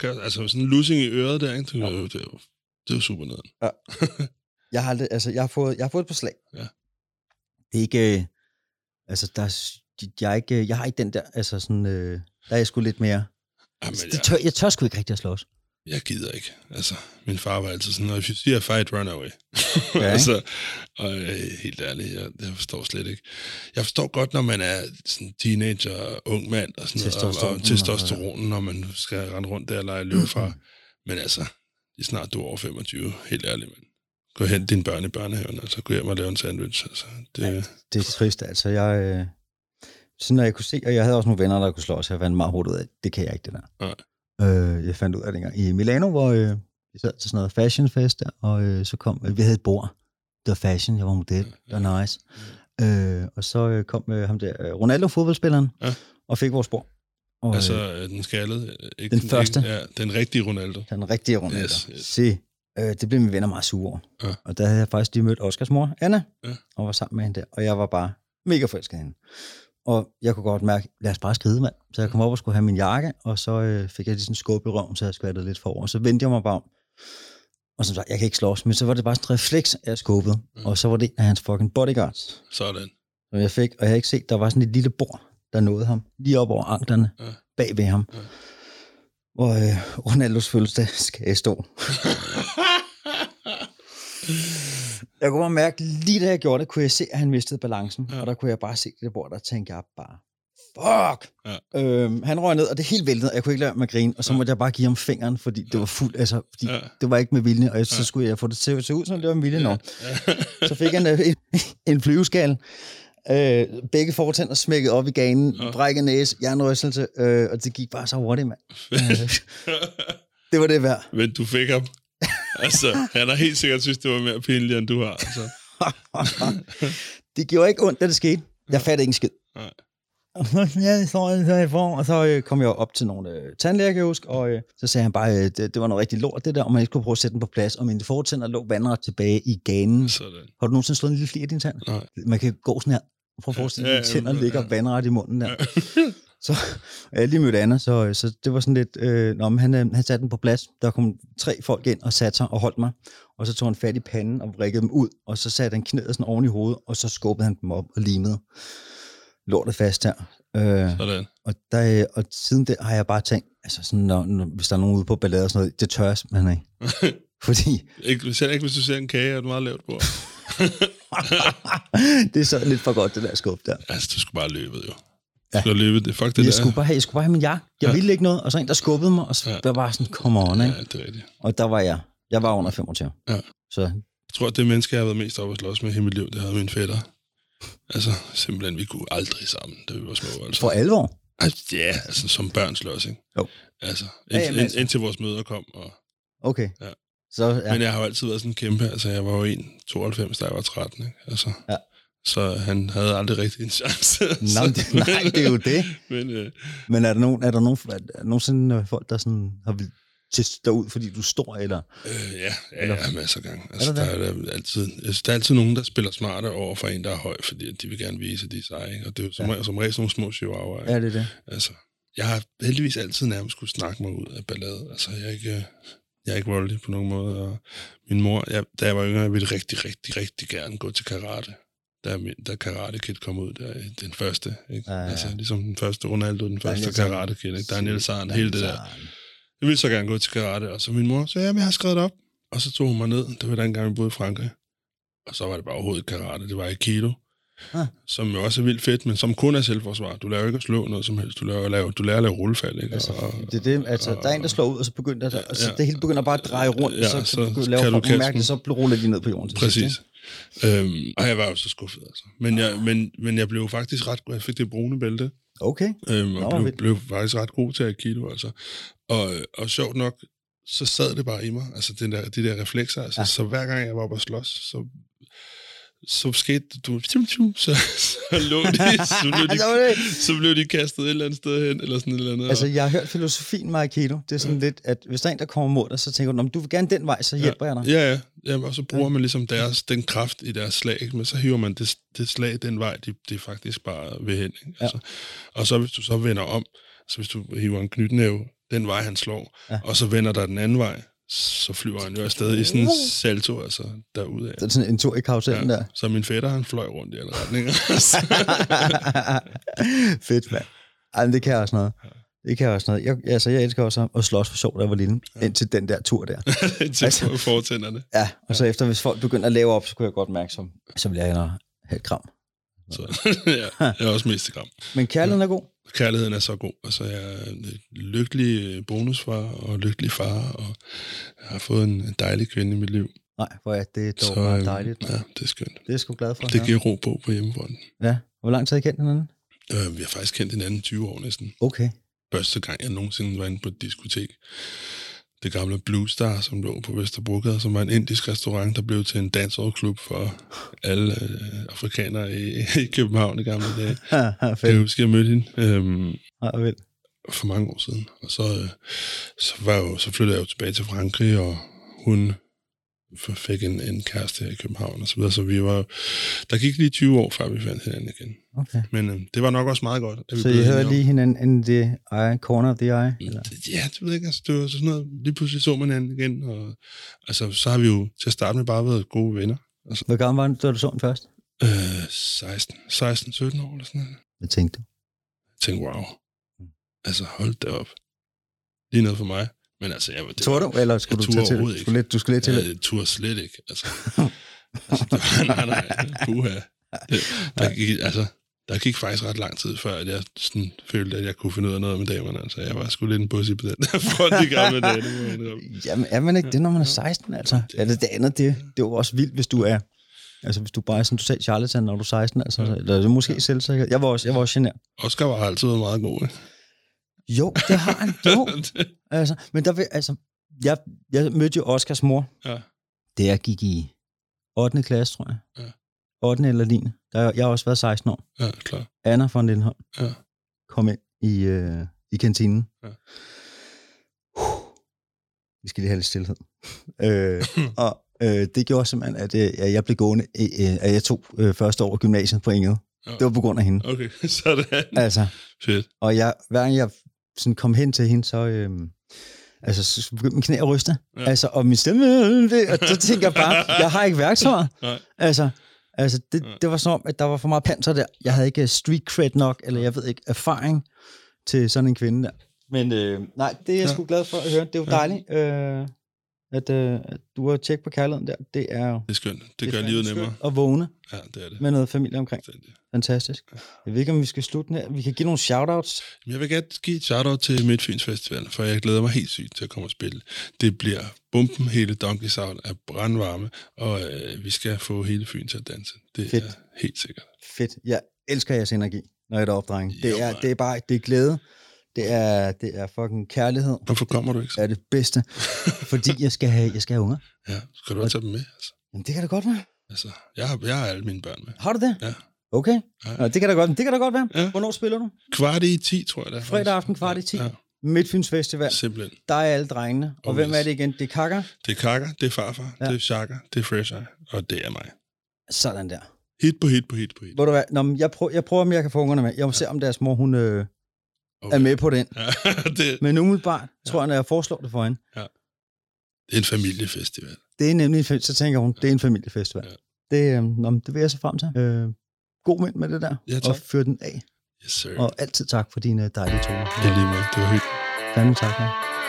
D: Kan- altså sådan en losing i øret der, ikke? Det, er jo- det, er jo, det er jo super nederen.
C: Jeg har, aldrig- altså, jeg har, fået, jeg har fået et par slag.
D: Ja.
C: Det er ikke... øh, Altså, der er, s- jeg, er ikke, øh, jeg har ikke den der... Altså, sådan, øh, der er jeg sgu lidt mere...
D: Jamen,
C: Altså, det
D: jeg,
C: tør, jeg tør sgu ikke rigtig at slås.
D: jeg gider ikke. Altså, min far var altid sådan, if you see a fight, run away.
C: Ja, ikke?
D: altså, og øh, helt ærligt, jeg, jeg forstår slet ikke. Jeg forstår godt, når man er sådan teenager og ung mand og sådan noget, og,
C: Testosteronen og-
D: og testosteronen, når man skal rende rundt der og lege løbefar.
C: Mm-hmm.
D: Men altså, det er snart du er over 25, helt ærligt, mand. Gå hen din børn i børnehaven, og så gå hjem og lave en sandwich. Altså, det, ja.
C: Det er trist, altså. Jeg, øh, sådan når jeg kunne se, og jeg havde også nogle venner, der kunne slås, jeg fandt meget hurtigt ud af, det kan jeg ikke, det der.
D: Nej.
C: Øh, jeg fandt ud af det engang i Milano, hvor øh, vi sad til sådan noget fashionfest, der, og øh, så kom, øh, vi havde et bord, det var fashion, jeg var model, det var nice. Øh, og så øh, kom øh, ham der, øh, Ronaldo, fodboldspilleren,
D: Ja.
C: og fik vores bord. Og,
D: altså
C: øh,
D: øh, den skaldede. øh, Ikke
C: Den første.
D: Ikke, ja, den rigtige Ronaldo.
C: den rigtige Ronaldo.
D: Yes, yes.
C: Se, øh, det blev mine venner meget sure over.
D: Ja.
C: Og der havde jeg faktisk lige mødt Oscars mor, Anna,
D: Ja.
C: og var sammen med hende der, og jeg var bare mega forelsket i hende. Og jeg kunne godt mærke, lad os bare skride, mand. Så jeg kom op og skulle have min jakke, og så øh, fik jeg lige sådan en skub i røven, så jeg skvattede lidt forover. Så vendte jeg mig bare om. Og som sagt, jeg kan ikke slås, men så var det bare sådan en refleks, at jeg skubbede.
D: Mm.
C: Og så var det en af hans fucking bodyguards,
D: Sådan.
C: som jeg fik, og jeg har ikke set, der var sådan et lille bord, der nåede ham, lige op over anklerne,
D: Ja.
C: ja. bag ved ham.
D: Ja.
C: Ja. Og øh, Ronaldos fødselsdag skal jeg stå. Jeg kunne bare mærke, lige da jeg gjorde det, kunne jeg se, at han mistede balancen,
D: Ja.
C: ja. og der kunne jeg bare se det der bord, der tænkte jeg bare, fuck!
D: Ja.
C: Øhm, han røg ned, og det hele væltede, og jeg kunne ikke lade være med at grine, og så
D: Ja.
C: måtte jeg bare give ham fingeren, fordi det var fuld, altså, fordi
D: Ja.
C: ja. det var ikke med vilje, og
D: Ja.
C: så skulle jeg få det til at se ud, som det var med vilje, ja.
D: Ja.
C: Så fik han øh, en, en flyveskalle. Øh, begge fortænder smækket op i ganen,
D: Nå.
C: brækket næse, jernrystelse, øh, og det gik bare så hurtigt, mand. Øh, Det var det værd.
D: Men du fik ham. altså, han har helt sikkert synes, det var mere pinligt, end du har. Altså.
C: det gjorde ikke ondt, da det skete. Jeg fattede ikke en skid.
D: Nej.
C: Og så- ja, så var jeg så i form, og så øh, kom jeg op til nogle øh, tandlæger, kan jeg huske, og øh, så sagde han bare, øh, det, det var noget rigtig lort, det der, og man ikke kunne prøve at sætte den på plads, og mine fortænder lå vandret tilbage i ganen.
D: Sådan.
C: Har du nogensinde slået en lille flir i din tand?
D: Nej.
C: Man kan gå sådan her, og prøve at
D: Ja,
C: forestille sig,
D: ja,
C: at dine tænder
D: ja,
C: ligger
D: ja.
C: vandret i munden der. Så og jeg lige mødte Anna, så, så det var sådan lidt, øh, nå, men han, øh, han satte den på plads. Der kom tre folk ind og satte sig og holdt mig. Og så tog han fat i panden og vrikkede dem ud, og så satte han knæet sådan oven i hovedet, og så skubbede han dem op og limede lortet fast her. Øh,
D: Sådan.
C: og, der, øh, og siden der har jeg bare tænkt, altså sådan, når, når, hvis der er nogen ude på ballade og sådan noget, det tørs man ikke. Fordi
D: Ikke, selv ikke, hvis du ser en kage og et meget lavt bord.
C: det er sådan lidt for godt, det der skub der.
D: Altså, du skulle bare løbe, jo. Du skulle have løbet det. Fuck det
C: jeg,
D: der.
C: skulle bare have, jeg skulle bare have min jakke. Jeg
D: Ja.
C: ja. ville ikke noget, og så en, der skubbede mig, og så
D: Ja.
C: ja. der var sådan, come on, ikke?
D: Ja, det er rigtigt.
C: Og der var jeg. Jeg var under 25.
D: Ja.
C: Så
D: Jeg tror, at det menneske, jeg har været mest oppe at slås med i hele mit liv, det havde min fætter. Altså, simpelthen, vi kunne aldrig sammen, da vi var små. Altså.
C: for alvor.
D: Altså, ja, altså, som børn slås, ikke?
C: Jo.
D: Altså, ind,
C: Ja,
D: ja,
C: jamen,
D: ind,
C: altså.
D: indtil vores møder kom. Og,
C: Okay.
D: Ja.
C: Så
D: ja.
C: ja.
D: Men jeg har jo altid været sådan en kæmpe. Altså, jeg var jo 1,92, da jeg var 13, ikke? Altså,
C: Ja.
D: Så han havde aldrig rigtig en chance.
C: Nå, men det, nej, det er jo det.
D: Men øh,
C: Men er der, nogen, er der, nogen, er der nogensinde øh, folk, der sådan har vil teste dig ud, fordi du er stor, eller?
D: øh, ja, ja,
C: Eller-
D: jeg har masser af gange. Altså,
C: der
D: der, er, der, er altid, altså, der er altid nogen, der spiller smartere over for en, der er høj, fordi at de vil gerne vise, at de er seje. ikke? Og det er jo som, ja. som regel sådan nogle små chihuahuaer. ikke?
C: Er det det?
D: Altså, jeg har heldigvis altid nærmest kunne snakke mig ud af ballade. Altså, jeg er ikke, øh, jeg er ikke voldelig på nogen måde. Og min mor, jeg, da jeg var yngre, ville rigtig, rigtig, rigtig gerne gå til karate. Da, min- da Karate Kid kom ud, der, i den første. Ikke?
C: Ja, ja, ja.
D: Altså, ligesom den første Ronaldo, den første
C: Niels
D: Karate Kid. Ikke? Der er Niels Arn, hele det der.
C: Arn.
D: Jeg ville så gerne gå til karate, og så min mor sagde, jamen jeg har skrevet det op. Og så tog hun mig ned, det var dengang, vi boede i Frankrig. Og så var det bare overhovedet ikke karate, det var aikido.
C: Ah.
D: Som jo også er vildt fedt, men som kun er selvforsvar. Du lærer jo ikke at slå noget som helst, du lærer, at lave, du lærer at lave rullefald. Ikke?
C: Altså,
D: og,
C: det er det, altså, der er en, der slår ud, og så begynder der, og så det hele begynder bare at dreje rundt,
D: Ja,
C: og så, så,
D: så
C: så lave
D: kan du
C: folk
D: kaste
C: mærke,
D: den.
C: så ruller de ned på jorden. til sidst,
D: Præcis. Øhm, og jeg var jo så skuffet, altså. Men jeg, men, men jeg blev faktisk ret god. Jeg fik det brune bælte.
C: ikke? Okay.
D: Øhm, og
C: Nå,
D: blev,
C: fedt.
D: blev faktisk ret god til Aikido, altså. Og, og sjovt nok, så sad det bare i mig, altså den der, de der reflekser, altså, ja.
C: Ja.
D: så hver gang jeg var oppe og slås, så, så skete det, du, tjum, tjum, så, så lå de, så blev
C: Så var
D: de,
C: Altså, det-
D: så blev de kastet et eller andet sted hen, eller sådan et eller andet.
C: Altså,
D: Altså,
C: jeg har hørt filosofien med Aikido. Det er sådan lidt, at hvis der er en, der kommer mod dig, så tænker du, "Nå, men du vil gerne den vej, så hjælper jeg dig.
D: ja, ja, Jamen, og så bruger man ligesom deres, den kraft i deres slag, ikke? men så hiver man det, det slag den vej, de, de faktisk bare vil hen. Ikke? Altså, Og så hvis du så vender om, så hvis du hiver en knytnæve den vej, han slår, ja. og så vender der den anden vej, så flyver han jo afsted i sådan en salto, altså derudad.
C: Uh. Det er sådan en tur i karusellen der.
D: Så min fætter, han fløj rundt i alle retninger.
C: Fedt, mand. Ej, men det kan jeg også noget. Det kan jeg også noget. Jeg, altså, jeg elsker også at slås for sjov, da jeg var lille, ja. indtil den der tur der.
D: til altså.
C: Altså.
D: fortænderne.
C: Ja, og så efter, hvis folk begynder at lave op, så kunne jeg godt mærke, så, så ville jeg hellere have et kram.
D: Så, ja, jeg er også mest i gram.
C: Men kærligheden er god.
D: Kærligheden er så god. Altså, jeg er en lykkelig øh, bonusfar og lykkelig far, og jeg har fået en dejlig kvinde i mit liv.
C: Nej, hvor er det dog så,
D: Så,
C: bare
D: øh,
C: dejligt. mand.
D: Ja, det er skønt.
C: Det er jeg sgu glad for.
D: Det
C: Det
D: giver ro på på hjemmefronten.
C: Ja. Hvor lang tid har I kendt hinanden?
D: Øh, vi har faktisk kendt hinanden i 20 år næsten.
C: Okay.
D: Første gang, jeg nogensinde var inde på et diskotek. Det gamle Blue Star, som lå på Vesterbrogade, som var en indisk restaurant, der blev til en dancehall-klub for alle øh, afrikanere i, i København i gamle dage.
C: Ja,
D: Jeg
C: fedt.
D: husker, jeg mødte hende øhm,
C: Ja, vel.
D: for mange år siden. Og så, øh, så, var jeg jo, så flyttede jeg jo tilbage til Frankrig, og hun f- fik en, en kæreste her i København og så videre. Så vi var, der gik lige 20 år, før vi fandt hinanden igen.
C: Okay.
D: Men øh, det var nok også meget godt. At
C: Så
D: blev
C: I hører
D: enige om-
C: lige hinanden in the eye, corner of the eye? Eller?
D: Ja, det ved jeg ikke. Altså, det var sådan noget, lige pludselig så man hinanden igen. Og, altså, så har vi jo til at starte med bare været gode venner.
C: Hvor gammel var du, da du så den først?
D: Øh, 16, 16, 17 år eller sådan noget.
C: Hvad tænkte du?
D: Jeg tænkte, wow.
C: Mm.
D: Altså, hold da op. Lige noget for mig. Men altså, jeg var... det
C: Tror
D: var-
C: du, eller skulle
D: jeg
C: du
D: turde
C: tage til
D: overhovedet
C: det?
D: ikke.
C: Skulle lidt, du skulle lidt til det?
D: Jeg Øh, turde slet ikke. Altså, altså det var, nej, nej, puha. Det, der, gik, altså, der gik faktisk ret lang tid før, at jeg sådan, følte, at jeg kunne finde ud af noget med damerne. Altså, jeg var sgu lidt en pussy på den der front i gamle dage. Det må jeg indrømme.
C: Jamen, er man ikke det, når man er 16, altså?
D: Det-
C: Ja, det, det andet, det, det er jo også vildt, hvis du er... Altså, hvis du bare er, som du sagde, charlatan, når du er 16, altså.
D: Mm. Ja.
C: Ja. Eller det er måske ja. selvsikker. Jeg var også, jeg var også genert.
D: Oscar var altid meget god, ikke?
C: Jo, det har han jo. altså, men der vil, altså, jeg, jeg mødte jo Oscars mor,
D: Ja.
C: da jeg gik i 8. klasse, tror jeg.
D: Ja.
C: 8. eller 9. Der, jeg har også været 16 år.
D: Ja, klar.
C: Anna fra Lindholm
D: Ja.
C: kom ind i, øh, i kantinen.
D: Ja.
C: Ja. Vi skal lige have lidt stillhed. øh, og øh, det gjorde simpelthen, at øh, jeg blev gående, øh, øh, at jeg tog øh, første år i gymnasiet på Inget.
D: Ja.
C: Det var på grund af hende.
D: Okay, sådan.
C: Altså,
D: Fedt.
C: og jeg, hver gang jeg sådan kom hen til hende, så, øh, altså, så begyndte min knæ at ryste.
D: Ja.
C: Ja. Altså, og min stemme, øh, det, og så tænkte jeg bare, jeg har ikke værktøjer.
D: Nej.
C: Altså, altså det,
D: Ja.
C: det var som om, at der var for meget panser der. Jeg havde ikke øh, street cred nok, eller jeg ved ikke, erfaring til sådan en kvinde der. Men øh, nej, det er jeg
D: Ja.
C: ja. sgu glad for at høre. Det er jo
D: Ja.
C: dejligt, øh, at, øh, at du har tjekket på kærligheden der. Det er jo...
D: Det er skønt. Det, gør livet nemmere.
C: Og vågne
D: Ja, det er det.
C: med noget familie omkring.
D: Fuldstændig.
C: Fantastisk. Jeg ved ikke, om vi skal slutte den her. Vi kan give nogle shoutouts.
D: Men Jeg vil gerne give et shout-out til Midtfyns Festival, for jeg glæder mig helt sygt til at komme og spille. Det bliver bumpen hele Donkey Sound af brandvarme, og øh, vi skal få hele Fyn til at danse. Det
C: Fedt.
D: Fedt. er helt sikkert.
C: Fedt. Jeg elsker jeres energi, når jeg er deroppe, drenge.
D: Jo,
C: Det er,
D: mand.
C: det er bare, det er glæde. Det er, det er fucking kærlighed.
D: Hvorfor kommer du ikke så?
C: Det er det bedste. Fordi jeg skal have, jeg skal have unger.
D: Ja, skal du også tage dem med? Altså,
C: Jamen, det kan da godt være.
D: altså jeg, har, jeg har alle mine børn med.
C: Har du det?
D: Ja.
C: Okay.
D: Ja.
C: Nå, det kan da godt, det kan da godt være.
D: Ja.
C: Ja. Hvornår spiller du?
D: Kvart i 10, tror jeg det er.
C: Fredag
D: faktisk.
C: aften, kvart i 10.
D: Ja,
C: Midtfyns Festival.
D: simpelthen.
C: Der er alle drengene. Og
D: Oh,
C: oh, hvem
D: yes.
C: er det igen? Det er Kakker.
D: Det er Kakker, det er Farfar, ja.
C: Ja.
D: det er Chaka, det er Fresh Eye, og det er mig.
C: Sådan der.
D: Hit på hit på hit på hit.
C: Hvor du hvad? Nå, men jeg, prøver, jeg prøver, om jeg kan få ungerne med. Jeg må se, om deres mor hun, øh,
D: Okay.
C: er med på den.
D: Ja, det,
C: Men umiddelbart tror jeg, når jeg foreslår det for hende,
D: det er en familiefestival.
C: det er nemlig en fest, så tænker hun, det er en familiefestival.
D: Ja.
C: Ja. Det, øh, nå, men det vil jeg så frem til. Øh, god vind med det der,
D: Ja, tak.
C: og fyr den af.
D: Yes, sir.
C: Og altid tak for dine dejlige toner.
D: Det er lige meget. Det var hyggeligt.
C: Fanden tak, man.